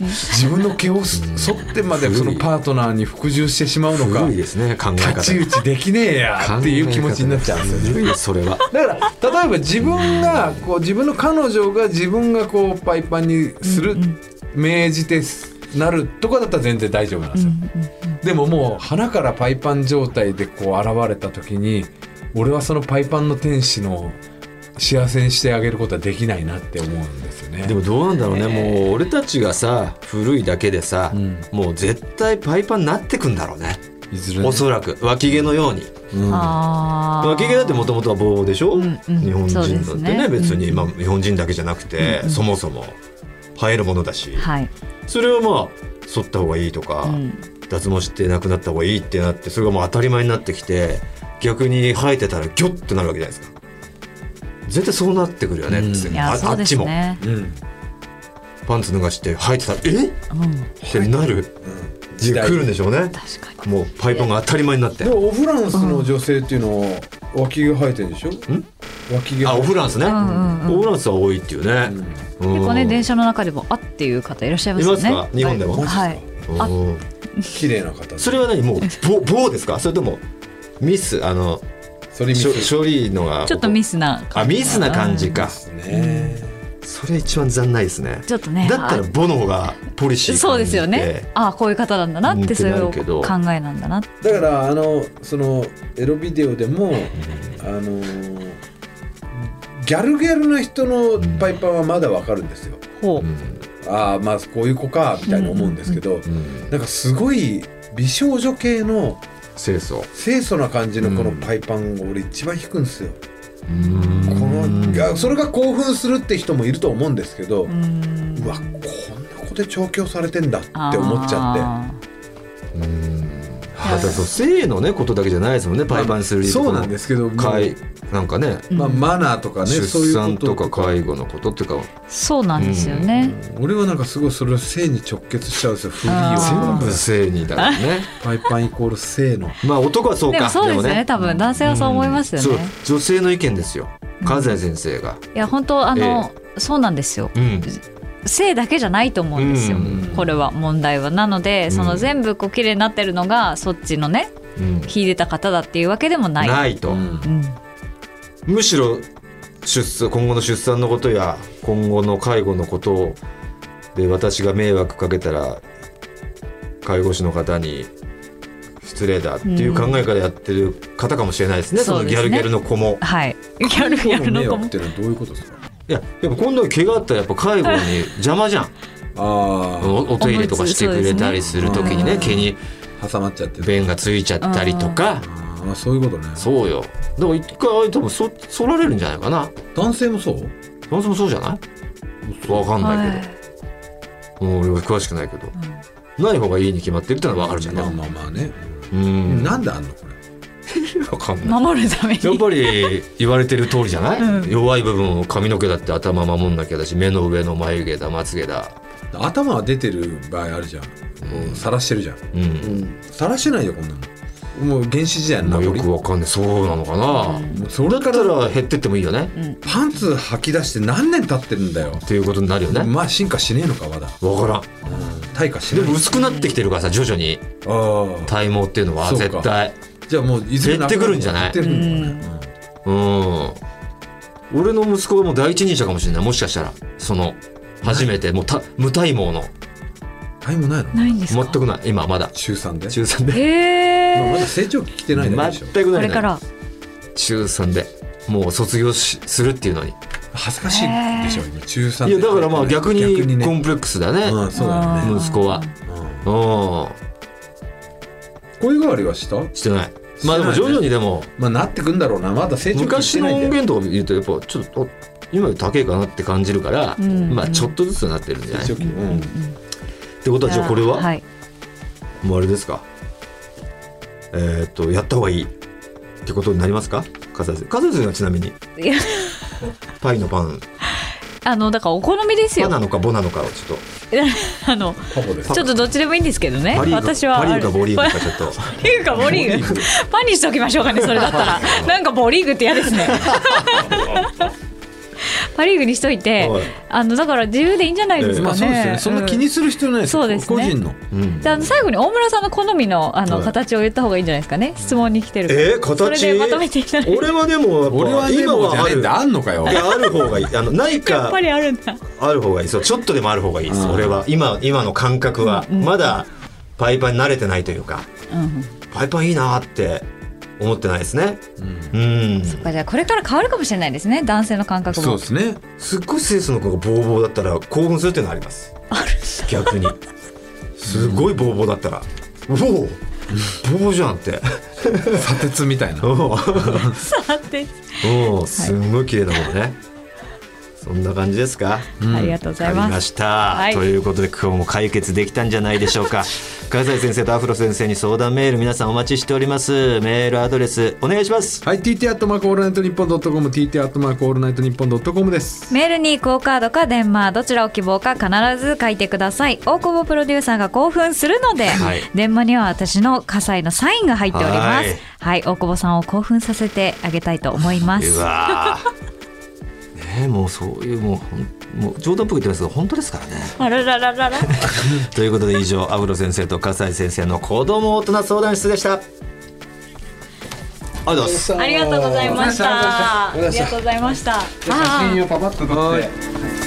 Speaker 2: 自分の毛をそ剃ってまでそのパートナーに服従してしまうのか
Speaker 4: 古いですね考え
Speaker 2: 太
Speaker 4: 方
Speaker 2: 刀打ちできねえやっていう気持ちになっちゃうんですよね
Speaker 4: よねそれは
Speaker 2: だから例えば自分がこう自分の彼女が自分がこうパイパンにする、命じてなるとかだったら全然大丈夫なんですよ、でももう鼻からパイパン状態でこう現れた時に俺はそのパイパンの天使の幸せにしてあげることはできないなって思うんですよね
Speaker 1: でもどうなんだろうね、もう俺たちがさ古いだけでさ、
Speaker 2: ん
Speaker 1: もう絶対パイパンになってくんだろうね、
Speaker 2: いずれね
Speaker 1: おそらく脇毛のように
Speaker 2: うん
Speaker 3: あー
Speaker 1: 脇毛だってもともとは棒でしょ、
Speaker 3: んうん
Speaker 1: 日本人だってね
Speaker 3: そうですね
Speaker 1: 別
Speaker 3: う
Speaker 1: に、
Speaker 3: ん
Speaker 1: まあ、日本人だけじゃなくて、そもそも生えるものだし、
Speaker 3: はい、
Speaker 1: それはまあ剃った方がいいとか、
Speaker 3: うん
Speaker 1: 脱毛してなくなった方がいいってなってそれがもう当たり前になってきて逆に生えてたらギョッとなるわけじゃないですか絶対そうなってくるよね、
Speaker 2: うん
Speaker 1: つって
Speaker 3: いや
Speaker 1: あ
Speaker 3: そ
Speaker 1: あ
Speaker 3: う
Speaker 1: っ
Speaker 3: で
Speaker 1: ち
Speaker 3: す
Speaker 1: も
Speaker 3: ね、
Speaker 2: うん
Speaker 1: パンツ脱がして生えてたらえ
Speaker 3: うん、
Speaker 1: ってなる時代来るんでしょうね
Speaker 3: 確かに
Speaker 1: もうパイパンが当たり前になって
Speaker 2: でもオフランスの女性っていうのは脇毛生えてるでしょ脇毛
Speaker 1: あオフランスね、
Speaker 3: うんうんうん
Speaker 1: オフランスは多いっていうね、うん
Speaker 3: 結構ね電車の中でもあっていう方いらっしゃいますよね
Speaker 1: いますか日本でも
Speaker 3: はいあ
Speaker 1: うん
Speaker 2: 綺麗な方
Speaker 1: それは何もう棒棒ですかそれともミスあの
Speaker 2: それ見
Speaker 1: し
Speaker 2: せ
Speaker 1: ょ処
Speaker 2: る
Speaker 1: 理のが
Speaker 3: ちょっとミスな
Speaker 1: あミスな感じか
Speaker 2: ですね
Speaker 1: それ一番残ないですね
Speaker 3: ちょっとね
Speaker 1: だったらボの方がポリシー感じて
Speaker 3: そうですよねあこういう方なんだなってそういう
Speaker 1: うんってなるけど
Speaker 3: 考えなんだなって
Speaker 2: だからあのそのエロビデオでも、あのギャルギャルの人のパイパンはまだわかるんですよ、
Speaker 3: ほう、
Speaker 2: ああまあこういう子かみたいに思うんですけど、なんかすごい美少女系の
Speaker 1: 清楚
Speaker 2: 清楚な感じのこのパイパンを俺一番引くんですよ、このいやそれが興奮するって人もいると思うんですけど、うわこんな子で調教されてんだって思っちゃって。
Speaker 3: って
Speaker 1: だからそう性のねことだけじゃないですもんねパイパンする理由とか
Speaker 2: そ
Speaker 1: も
Speaker 2: うなんですけど、
Speaker 1: 介なんかね
Speaker 2: まあ、マナーとかね、そう
Speaker 1: 出
Speaker 2: いうこと
Speaker 1: 産とか介護のことっていうか
Speaker 3: そうなんですよね、
Speaker 2: 俺はなんかすごいそれを性に直結しちゃうんですよフリー
Speaker 1: 全
Speaker 2: を
Speaker 1: 部性にだから
Speaker 3: [LAUGHS]
Speaker 1: ね
Speaker 2: パイパンイコール性の
Speaker 1: まあ男はそう
Speaker 3: でも
Speaker 1: か
Speaker 3: そうですよね多分男性はそう思いますよね、
Speaker 1: そう女性の意見ですよ加西先生が
Speaker 3: いや本当あの、そうなんですよ
Speaker 1: うん
Speaker 3: 性だけじゃないと思うんですよ、
Speaker 1: うん
Speaker 3: これは問題はなのでその全部こう綺麗になってるのがそっちのね
Speaker 1: うん
Speaker 3: 秀でた方だっていうわけでもない
Speaker 1: ないと
Speaker 3: うん
Speaker 1: むしろ出産今後の出産のことや今後の介護のことをで私が迷惑かけたら介護士の方に失礼だっていう考えからやってる方かもしれないですね、
Speaker 3: うん
Speaker 1: そのギャルギャルの子も。
Speaker 3: はいギャルギャルの
Speaker 2: 迷
Speaker 3: 子
Speaker 2: 惑っ
Speaker 3: も
Speaker 2: ていうのはどういうことですか
Speaker 1: いややっぱ今度怪我あったらやっぱ介護に邪魔じゃん
Speaker 2: あ
Speaker 1: おお手入れとかしてくれたりする時にね
Speaker 3: うん
Speaker 1: 毛に
Speaker 2: あ挟まっちゃってる
Speaker 1: 便がついちゃったりとか
Speaker 2: あーそういうことね
Speaker 1: そうよだから一回多分そ剃られるんじゃないかな
Speaker 2: 男性もそう
Speaker 1: 男性もそうじゃないわかんないけど
Speaker 3: は。い
Speaker 1: もう俺は詳しくないけど、ない方がいいに決まってるってのは分かるじゃん、
Speaker 2: まあまあまあね、
Speaker 1: うん
Speaker 2: なんであんのこれ
Speaker 1: 分かんない
Speaker 3: 守るために
Speaker 1: やっぱり言われてる通りじゃない、
Speaker 3: うん
Speaker 1: 弱い部分を髪の毛だって頭守んなきゃだし目の上の眉毛だまつ毛だ
Speaker 2: 頭は出てる場合あるじゃんこう晒してるじゃん
Speaker 1: うん、
Speaker 2: 晒してないよこんなのもう原始時代の
Speaker 1: まあ、
Speaker 2: 名
Speaker 1: よ
Speaker 2: 残
Speaker 1: く分かんないそうなのかな、
Speaker 2: もうそれ
Speaker 1: だ
Speaker 2: か
Speaker 1: った
Speaker 2: ら
Speaker 1: ら減ってってもいいよね、
Speaker 2: パンツ履き出して何年経ってるんだよ
Speaker 1: っていうことになるよね、
Speaker 2: まあ進化しねえのかまだ
Speaker 1: 分からん
Speaker 2: 退化し
Speaker 1: で
Speaker 2: ない
Speaker 1: も薄くなってきてるからさ徐々に
Speaker 2: ああ
Speaker 1: 体毛っていうのは
Speaker 2: そうか
Speaker 1: 絶対
Speaker 2: じゃあもういずれ
Speaker 1: 減
Speaker 2: な
Speaker 1: ってくるんじゃない
Speaker 2: 減ってくるのかね
Speaker 1: うん俺の息子はもう第一人者かもしれないもしかしたらその初めてもうた無体毛の
Speaker 2: 体もないの
Speaker 3: ないんです
Speaker 1: 全
Speaker 3: か
Speaker 1: くない今まだ
Speaker 2: 中3で
Speaker 1: 中3で
Speaker 3: へ
Speaker 2: まあま
Speaker 3: え
Speaker 2: だ成長期来てないだけでしょ
Speaker 1: 全く
Speaker 3: こ
Speaker 1: ない
Speaker 3: れ
Speaker 1: の
Speaker 3: か
Speaker 1: よ
Speaker 3: ら
Speaker 1: 中3でもう卒業しするっていうのに
Speaker 2: 恥ずかしいでしょ今中3
Speaker 1: いやだからまあ逆にコン
Speaker 2: ね
Speaker 1: プレックスだね
Speaker 2: うんそうだよね
Speaker 3: ん
Speaker 1: 息子は
Speaker 2: うん
Speaker 1: う
Speaker 2: 声変わりはした
Speaker 1: んしてないまあでも徐々にでも
Speaker 2: まあなってくんだろうなまだ成長期来
Speaker 1: 昔
Speaker 2: てな
Speaker 1: の
Speaker 2: いん
Speaker 1: 音
Speaker 2: だよ
Speaker 1: 源とか見るとやっぱちょっとお今より高いかなって感じるから、
Speaker 3: うん
Speaker 1: まあちょっとずつなってるんじゃない
Speaker 2: 成長
Speaker 1: っ
Speaker 2: 期うん
Speaker 1: てことはじゃあこれは、
Speaker 3: はい [LAUGHS]
Speaker 1: もうあれですかえーっとやった方がいいってことになりますか笠井先生笠井先生はちなみに
Speaker 3: いや
Speaker 1: パイのパン
Speaker 3: あのだからお好みです
Speaker 1: パ
Speaker 3: よ
Speaker 1: なのかボなのかをちょっと
Speaker 3: あの
Speaker 2: パパです
Speaker 3: ちょっとどっちでもいいんですけどね
Speaker 1: パリーグ
Speaker 3: 私は
Speaker 1: パリーグかボリーグ
Speaker 3: [LAUGHS] パ
Speaker 1: かちょっと
Speaker 3: リーグかボリーグパンにしときましょうかねそれだったらなんかボリーグって嫌ですねパリーグにしといて
Speaker 1: はい
Speaker 3: あのだから自由でいいんじゃないです
Speaker 2: ま
Speaker 3: か
Speaker 2: あそうですよね
Speaker 3: ね
Speaker 2: そんな気にする必要ないです
Speaker 3: そうですね
Speaker 2: 個人の
Speaker 1: うん
Speaker 3: であの最後に大村さんの好みのあの、
Speaker 1: はい
Speaker 3: 形を言った方がいいんじゃないですかね質問に来てるから
Speaker 1: えー、形
Speaker 3: それでまとめていただいて
Speaker 1: 俺はでもやっぱ
Speaker 2: 俺はね
Speaker 1: 今
Speaker 2: もうじゃ
Speaker 1: はあ
Speaker 2: ねえん
Speaker 1: る
Speaker 2: だあんのかよ
Speaker 1: いやある方がいい
Speaker 3: [LAUGHS]
Speaker 1: あのない
Speaker 3: や
Speaker 1: か
Speaker 3: っぱりあるんだ
Speaker 1: ある方がいいそうちょっとでもある方がいいです、
Speaker 2: うん
Speaker 1: 俺は今今の感覚は、まだパイパンに慣れてないというか
Speaker 3: うん
Speaker 1: パイパンいいなーって思ってないですね
Speaker 2: うん
Speaker 1: うん
Speaker 3: そっかじゃあこれから変わるかもしれないですね男性の感覚
Speaker 2: そう
Speaker 3: も
Speaker 2: ですね
Speaker 1: すっごい清楚の子がボーボーだったら興奮するっていうのはあります逆にすごいボーボーだったら「うおおボーボーじゃん」って
Speaker 2: 砂鉄みたいな
Speaker 1: おお
Speaker 3: さて、
Speaker 1: おおすんごい綺麗なもんね、そんな感じですか
Speaker 3: ありがとうござい
Speaker 1: わかり
Speaker 3: ま
Speaker 1: ますした、
Speaker 3: はい
Speaker 1: ということで今日も解決できたんじゃないでしょう
Speaker 3: [LAUGHS]
Speaker 1: か笠井先生とアフロ先生に相談メール皆さんお待ちしておりますメールアドレスお願いします
Speaker 2: はい TT アットマークオールナイトニッポンドットコム TT アットマークオールナイトニッポンドットコムです
Speaker 3: メールにクオカードか電話どちらを希望か必ず書いてください大久保プロデューサーが興奮するので、
Speaker 1: はい
Speaker 3: 電話には私の葛西のサインが入っておりますはい、大久保さんを興奮させてあげたいと思います
Speaker 1: うわーねえもうそういうもうほんもう冗談っぽく言ってますけど本当ですから
Speaker 3: [LAUGHS]
Speaker 1: ね
Speaker 3: あららららら
Speaker 1: ということで以上アフロ先生と笠井先生の子供大人相談室でしたありがとうございます
Speaker 3: ありがとうございました。あ
Speaker 2: ありがとうございましたじ
Speaker 3: りがとうございました。
Speaker 2: ゃあ写真をパパッと撮って